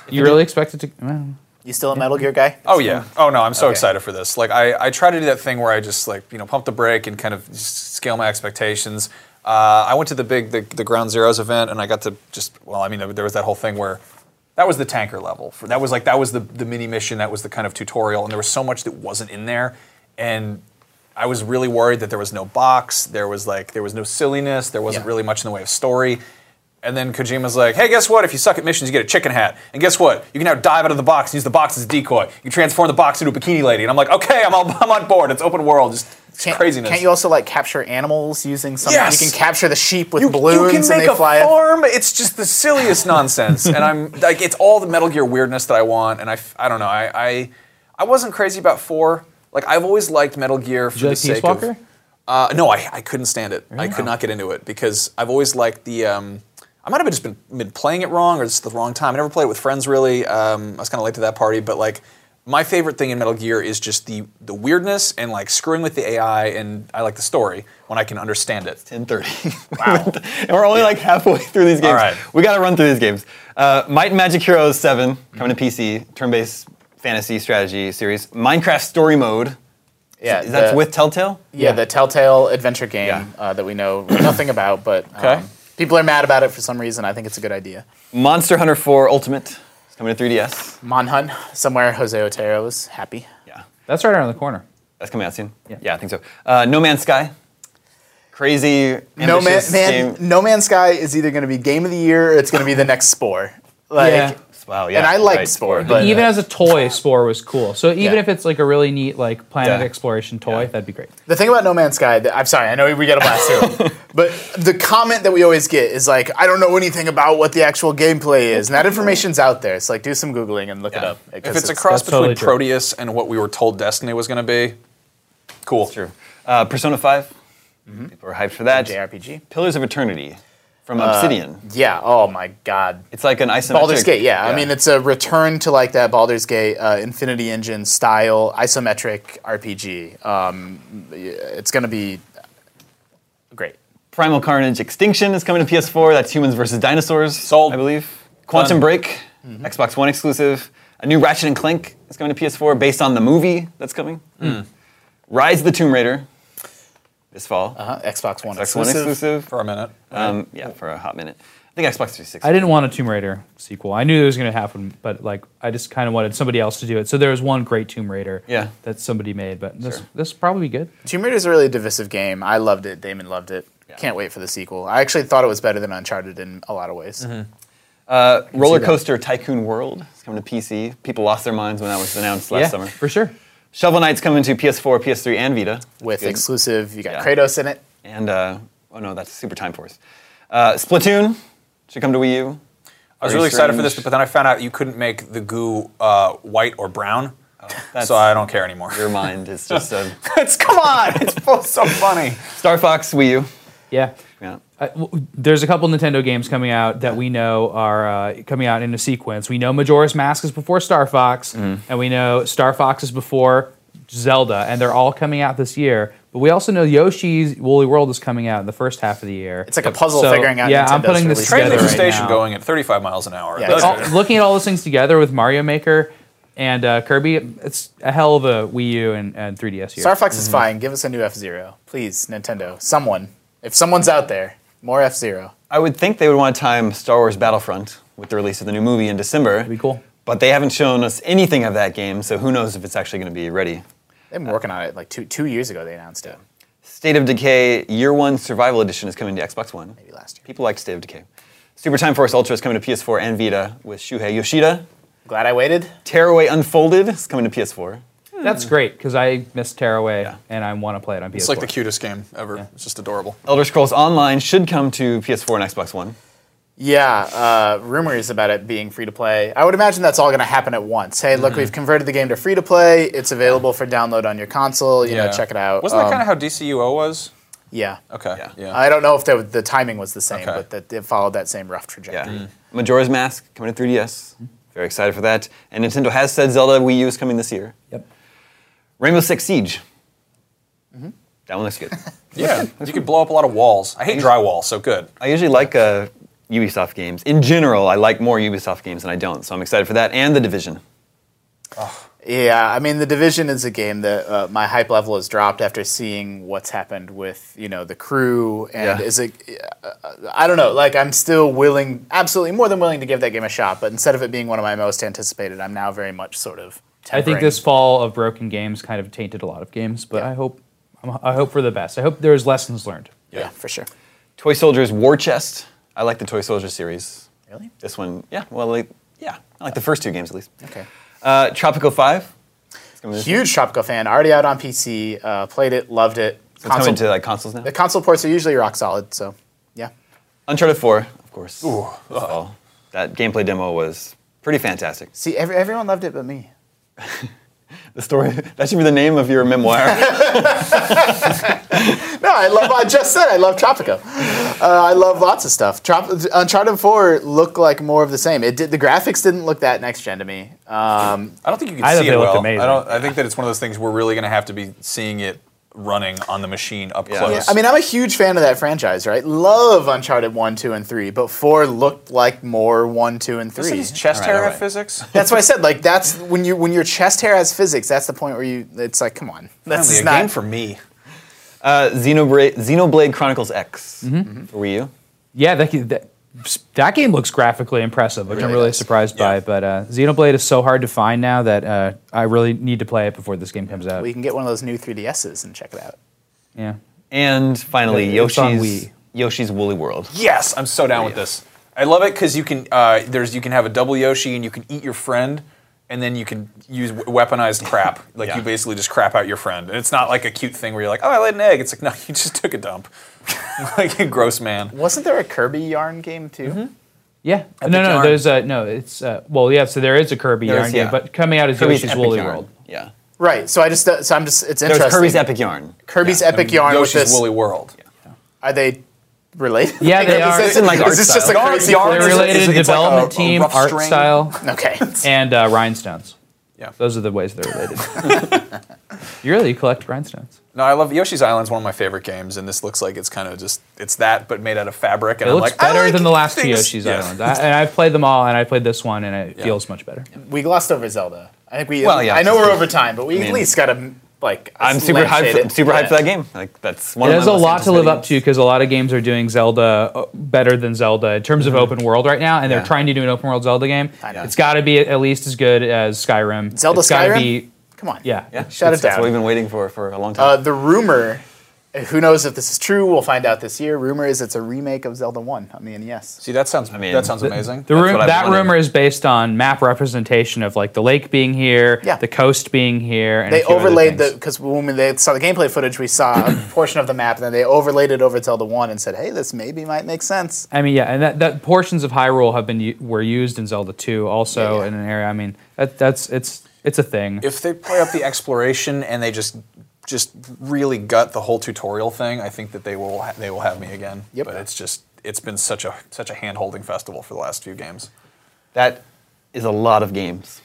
you really expect it to? well, You still a Metal Gear guy? Oh yeah. Oh no, I'm so Okay. excited for this. Like I, I try to do that thing where I just like you know pump the brake and kind of just scale my expectations. Uh, I went to the big the, the Ground Zeroes event and I got to just well I mean there was that whole thing where that was the tanker level. For, that was like that was the the mini mission. That was the kind of tutorial and there was so much that wasn't in there and. I was really worried that there was no box, there was like there was no silliness, there wasn't Yeah. really much in the way of story. And then Kojima's like, hey, guess what? If you suck at missions, you get a chicken hat. And guess what? You can now dive out of the box and use the box as a decoy. You can transform the box into a bikini lady. And I'm like, okay, I'm, all, I'm on board. It's open world. Just it's Can't, craziness. can't you also like capture animals using something? Yes! You can capture the sheep with You- balloons you can and make they a fly. farm. It's just the silliest nonsense, and I'm like, it's all the Metal Gear weirdness that I want. And I, f- I don't know, I, I, I wasn't crazy about four. Like I've always liked Metal Gear for you the like Peace sake Walker? of. Uh, no, I, I couldn't stand it. I could not get into it because I've always liked the. Um, I might have just been, been playing it wrong or just the wrong time. I never played it with friends really. Um, I was kind of late to that party, but like. My favorite thing in Metal Gear is just the, the weirdness and like screwing with the AI, and I like the story when I can understand it. 10:30. and we're only like halfway through these games. All right. We got to run through these games. Uh, Might and Magic Heroes 7 coming to Mm-hmm. PC, turn-based fantasy strategy series. Minecraft Story Mode. Yeah, Is that the- with Telltale? Yeah, the Telltale adventure game Yeah. uh, that we know nothing about, but um, Okay. people are mad about it for some reason. I think it's a good idea. Monster Hunter 4 Ultimate is coming to 3DS. Mm. Monhun, somewhere Jose Otero is happy. Yeah. That's right around the corner. That's coming out soon. Yeah, I think so. Uh, no Man's Sky. Crazy No man, ambitious man, game. No Man's Sky is either going to be game of the year or it's going to be the next Spore. Like, Yeah. Wow, yeah. and I like right. Spore, but even as a toy, Spore was cool. So even Yeah. if it's like a really neat like planet Yeah. exploration toy, that'd be great. The thing about No Man's Sky, that, I'm sorry, I know we got to blast through them, but the comment that we always get is like, I don't know anything about what the actual gameplay is, and that information's out there. It's like, do some googling and look it up. If 'cause it's, a cross that's between totally true. Proteus and what we were told Destiny was going to be, cool. True. Uh, Persona 5. People are hyped for that. JRPG. Pillars of Eternity from Obsidian. Yeah. Oh my God. It's like an isometric. Uh, Baldur's Gate. Yeah. I mean, it's a return to like that Baldur's Gate uh, Infinity Engine style isometric RPG. Um, it's gonna be great. Primal Carnage Extinction is coming to PS4. That's humans versus dinosaurs. Sold. I believe. Quantum Done. Break, Xbox One exclusive. A new Ratchet and Clank is coming to PS4 based on the movie that's coming. Rise of the Tomb Raider this fall. Uh, Xbox One Xbox One exclusive. exclusive. For a minute. Um, yeah, for a hot minute. I think Xbox 360. I didn't want a Tomb Raider sequel. I knew it was going to happen, but like I just kind of wanted somebody else to do it. So there was one great Tomb Raider Yeah. that somebody made, but this Sure. this probably be good. Tomb Raider is a really divisive game. I loved it. Damon loved it. Can't wait for the sequel. I actually thought it was better than Uncharted in a lot of ways. Roller Coaster Tycoon World is coming to PC. People lost their minds when that was announced last yeah, summer. for sure. Shovel Knight's coming to PS4, PS3, and Vita. With Good. exclusive, you got Yeah. Kratos in it. And, uh, oh no, that's Super Time Force. Uh, Splatoon should come to Wii U. I was really excited for this, but then I found out you couldn't make the goo uh, white or brown, that's- so I don't care anymore. Your mind is just a. it's come on, it's both so funny. Star Fox Wii U. Yeah. Yeah. Uh, w- there's a couple Nintendo games coming out that we know are uh, coming out in a sequence. We know Majora's Mask is before Star Fox, Mm-hmm. and we know Star Fox is before Zelda, and they're all coming out this year. But we also know Yoshi's Woolly World is coming out in the first half of the year. It's like a puzzle So, figuring out. yeah, I'm Nintendo's putting this release Train together leaves the right station now. going at 35 miles an hour. Yeah. That's All- good. All- looking at all those things together with Mario Maker and uh, Kirby, it's a hell of a Wii U and, and 3DS year. Star Fox is fine. Give us a new F Zero, please, Nintendo. Someone, if someone's out there, more F Zero. I would think they would want to time Star Wars Battlefront with the release of the new movie in December. That'd be cool. But they haven't shown us anything of that game, so who knows if it's actually going to be ready. They've been working on it like two two years ago. They announced it. State of Decay Year One Survival Edition is coming to Xbox One. Maybe last year. People like State of Decay. Super Time Force Ultra is coming to PS4 and Vita with Shuhei Yoshida. Glad I waited. Tearaway Unfolded is coming to PS4. That's great because I missed Tearaway Yeah. and I want to play it on PS4. It's like the cutest game ever. It's just adorable. Elder Scrolls Online should come to PS4 and Xbox One. Yeah, uh, rumors about it being free to play. I would imagine that's all going to happen at once. Hey, Mm-hmm. look, we've converted the game to free to play. It's available for download on your console. You know, check it out. Wasn't that Um, kind of how DCUO was? Yeah. Okay. Yeah. I don't know if the, the timing was the same, Okay. but that it followed that same rough Yeah. trajectory. Majora's Mask coming to 3DS. Very excited for that. And Nintendo has said Zelda Wii U is coming this year. Yep. Rainbow Six Siege. Mm-hmm. That one looks good. yeah. You could blow up a lot of walls. I hate drywall, so good. I usually like uh, Ubisoft games. In general, I like more Ubisoft games than I don't, so I'm excited for that and The Division. Yeah, I mean, the division is a game that uh, my hype level has dropped after seeing what's happened with you know the crew and Yeah. is it. uh, I don't know. Like, I'm still willing, absolutely more than willing to give that game a shot. But instead of it being one of my most anticipated, I'm now very much sort of. I think tempering. this fall of broken games kind of tainted a lot of games, but I hope I'm- I hope for the best. I hope there's lessons learned. yeah, for sure. Toy Soldiers War Chest out I like the Toy Soldier series. Really? This one, yeah. Well, like, yeah, I like the first two games at least. Okay. Uh, Tropico Five. It's coming this- Huge Tropico fan. Already out on PC. Uh, played it. Loved it. It's coming to like consoles now. the console ports are usually rock solid. So, yeah. Uncharted Four, of course. Ooh. That gameplay demo was pretty fantastic. See, every, everyone loved it but me. The story that should be the name of your memoir. Uh, No, I love. I just said I love Tropico. Uh, I love lots of stuff. Trop- Uncharted Four looked like more of the same. It did. The graphics didn't look that next gen to me. Um, I don't think you can I thought see they it looked well. amazing. I don't. I think that it's one of those things we're really going to have to be seeing it running on the machine up Yeah. close. Yeah, I mean, I'm a huge fan of that franchise, right? Love Uncharted One, Two, and Three, but Four looked like more One, Two, and Doesn't Three. his chest All right, hair have all right. physics? That's why I said like that's when you when your chest hair has physics. That's the point where you. It's like, come on, this Finally, is a not game for me. uh, Xenoblade, Xenoblade Chronicles X Mm-hmm. for Wii U. Yeah, that, that, that game looks graphically impressive, which I'm really really does. surprised by. Yeah. But uh, Xenoblade is so hard to find now that uh, I really need to play it before this game comes out. We can get one of those new 3DSs and check it out. Yeah. And finally, It's Yoshi's on Wii. Yoshi's Woolly World. Yes, I'm so down with this. I love it because you can uh, there's you can have a double Yoshi and you can eat your friend, and then you can use we- weaponized crap. Like Yeah. you basically just crap out your friend, and it's not like a cute thing where you're like, oh, I laid an egg. It's like no, you just took a dump, like a gross man. Wasn't there a Kirby yarn game too? Yeah. Epic no, no, Yarn. there's uh, no. It's uh, well, yeah. So there is a Kirby There yarn is, game, yeah. but coming out is Kirby's Yoshi's Epic Woolly Yarn. World. Yeah. Right. So I just. So I'm just. It's There interesting. was Kirby's Epic Yarn. Kirby's Yeah. Epic yarn Yoshi's with this. Woolly World. Are they related? Yeah, Like, they is are. This, It's in, like, is art this just a style. crazy Yarn- They're It's- related it's- to it's like a- development a team, rough art string. style, Okay. and uh, rhinestones. Yeah. Those are the ways they're related. you really collect rhinestones. No, I love Yoshi's Island's one of my favorite games, and this looks like it's kind of just it's that but made out of fabric. And It I'm looks like, I better like than the last two things- Yoshi's Yeah. Islands. I, and I've played them all, and I played this one, and it feels much better. we glossed over Zelda. I think we. Well, yeah. I know we're over time, but we mean- at least got to like. I'm super hyped. lampshade For, it. super hyped for that Yeah. game. Like that's one. It of has my a most lot to live up to anticipated because a lot of games are doing Zelda uh, better than Zelda in terms of open world right now, and they're Mm-hmm. Yeah. trying to do an open world Zelda game. I know. It's got to be at least as good as Skyrim. Zelda It's gotta Skyrim? be- Come on. yeah. games. Yeah. Shut it That's down. what we've been waiting for for a long Uh, time. the rumor. Who knows if this is true? We'll find out this year. Rumor is it's a remake of Zelda One on the E NES. See, that sounds mean, that sounds amazing. The That's room, what I that wanted. rumor is based on map representation of like the lake being here, Yeah. the coast being here. And a They few other overlaid the things. because when we- they saw the gameplay footage, we saw a portion of the map, and then they overlaid it over Zelda One and said, "Hey, this maybe might make sense." I mean, yeah, and that, that portions of Hyrule have been u- were used in Zelda 2 also Yeah, yeah. in an area. I mean, that, that's it's it's a thing. if they play up the exploration and they just just really gut the whole tutorial thing, I think that they will ha- they will have me again. Yep. But it's just it's been such a such a hand holding festival for the last few games. that is a lot of games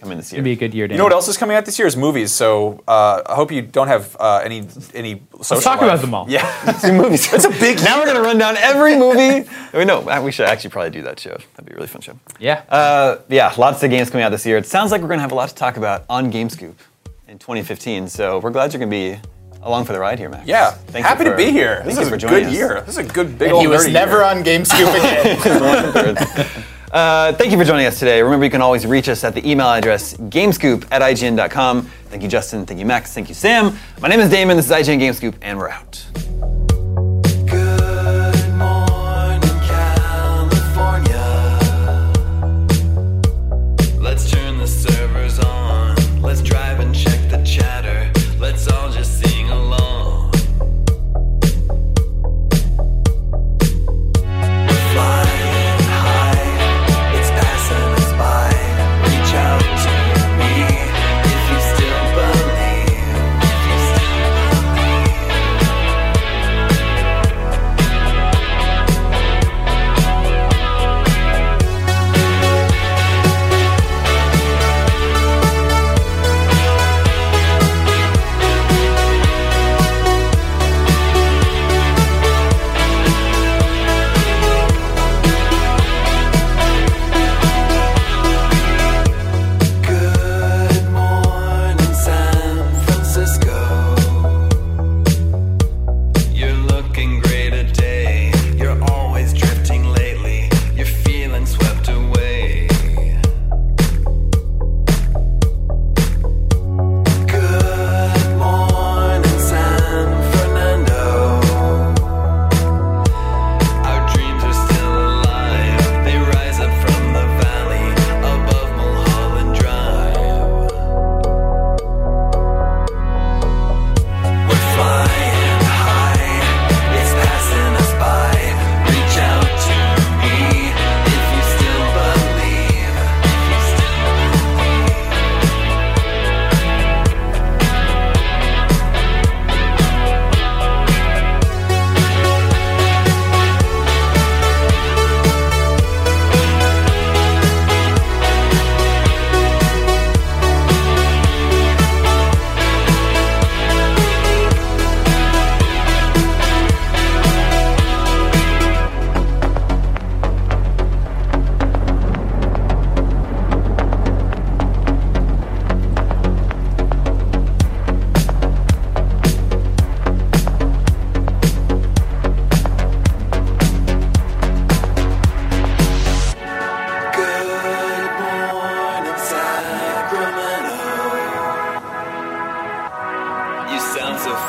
coming this year. It'd be a good year. You know what else is coming out this year is movies. So uh, I hope you don't have uh, any any. Social Let's talk life. about them all. Yeah, it's movies. It's a big. Now we're gonna run down every movie. I mean, no, we should actually probably do that show. That'd be a really fun show. Yeah. Uh, yeah, lots of games coming out this year. It sounds like we're gonna have a lot to talk about on GameScoop in 2015. So we're glad you're gonna be along for the ride here, Max. Yeah, Thank you happy for- to be here. Thank This you is for a joining good us. year. This is a good big And old he was nerdy never year. on GameScoop again. Uh, thank you for joining us today. Remember, you can always reach us at the email address gamescoop at ign.com. Thank you, Justin. Thank you, Max. Thank you, Sam. My name is Damon. This is IGN GameScoop, and we're out. Good morning, California. Let's turn the servers on. Let's drive and check the chatter. Let's all just sing along. We're flying high. It's passing us by. Reach out to me if you still believe. If you still believe.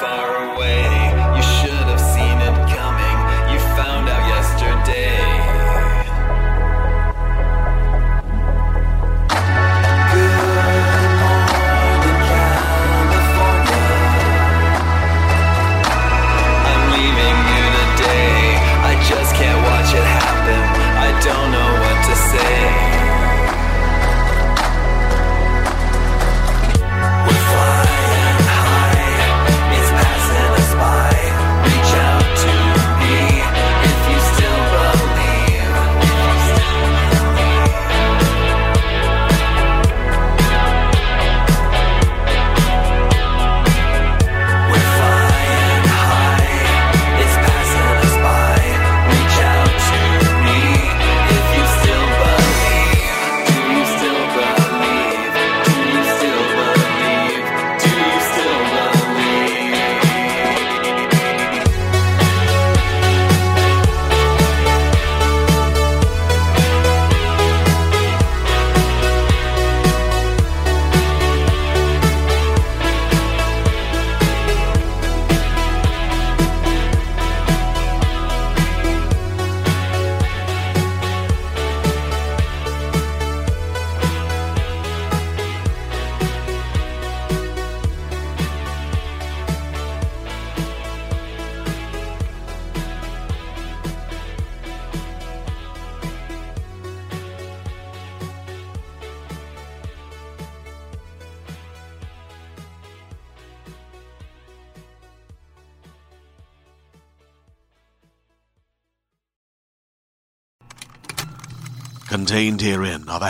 far away. You should have seen it coming. You found out yesterday. I'm leaving you today. I just can't watch it happen. I don't know what to say. We're flying high. It's passing us by. Reach out to me if you still believe. We're flying high. It's passing us by. Reach out to me if you still believe. Do you still believe? Do you still believe? Do you still believe? Contained herein are the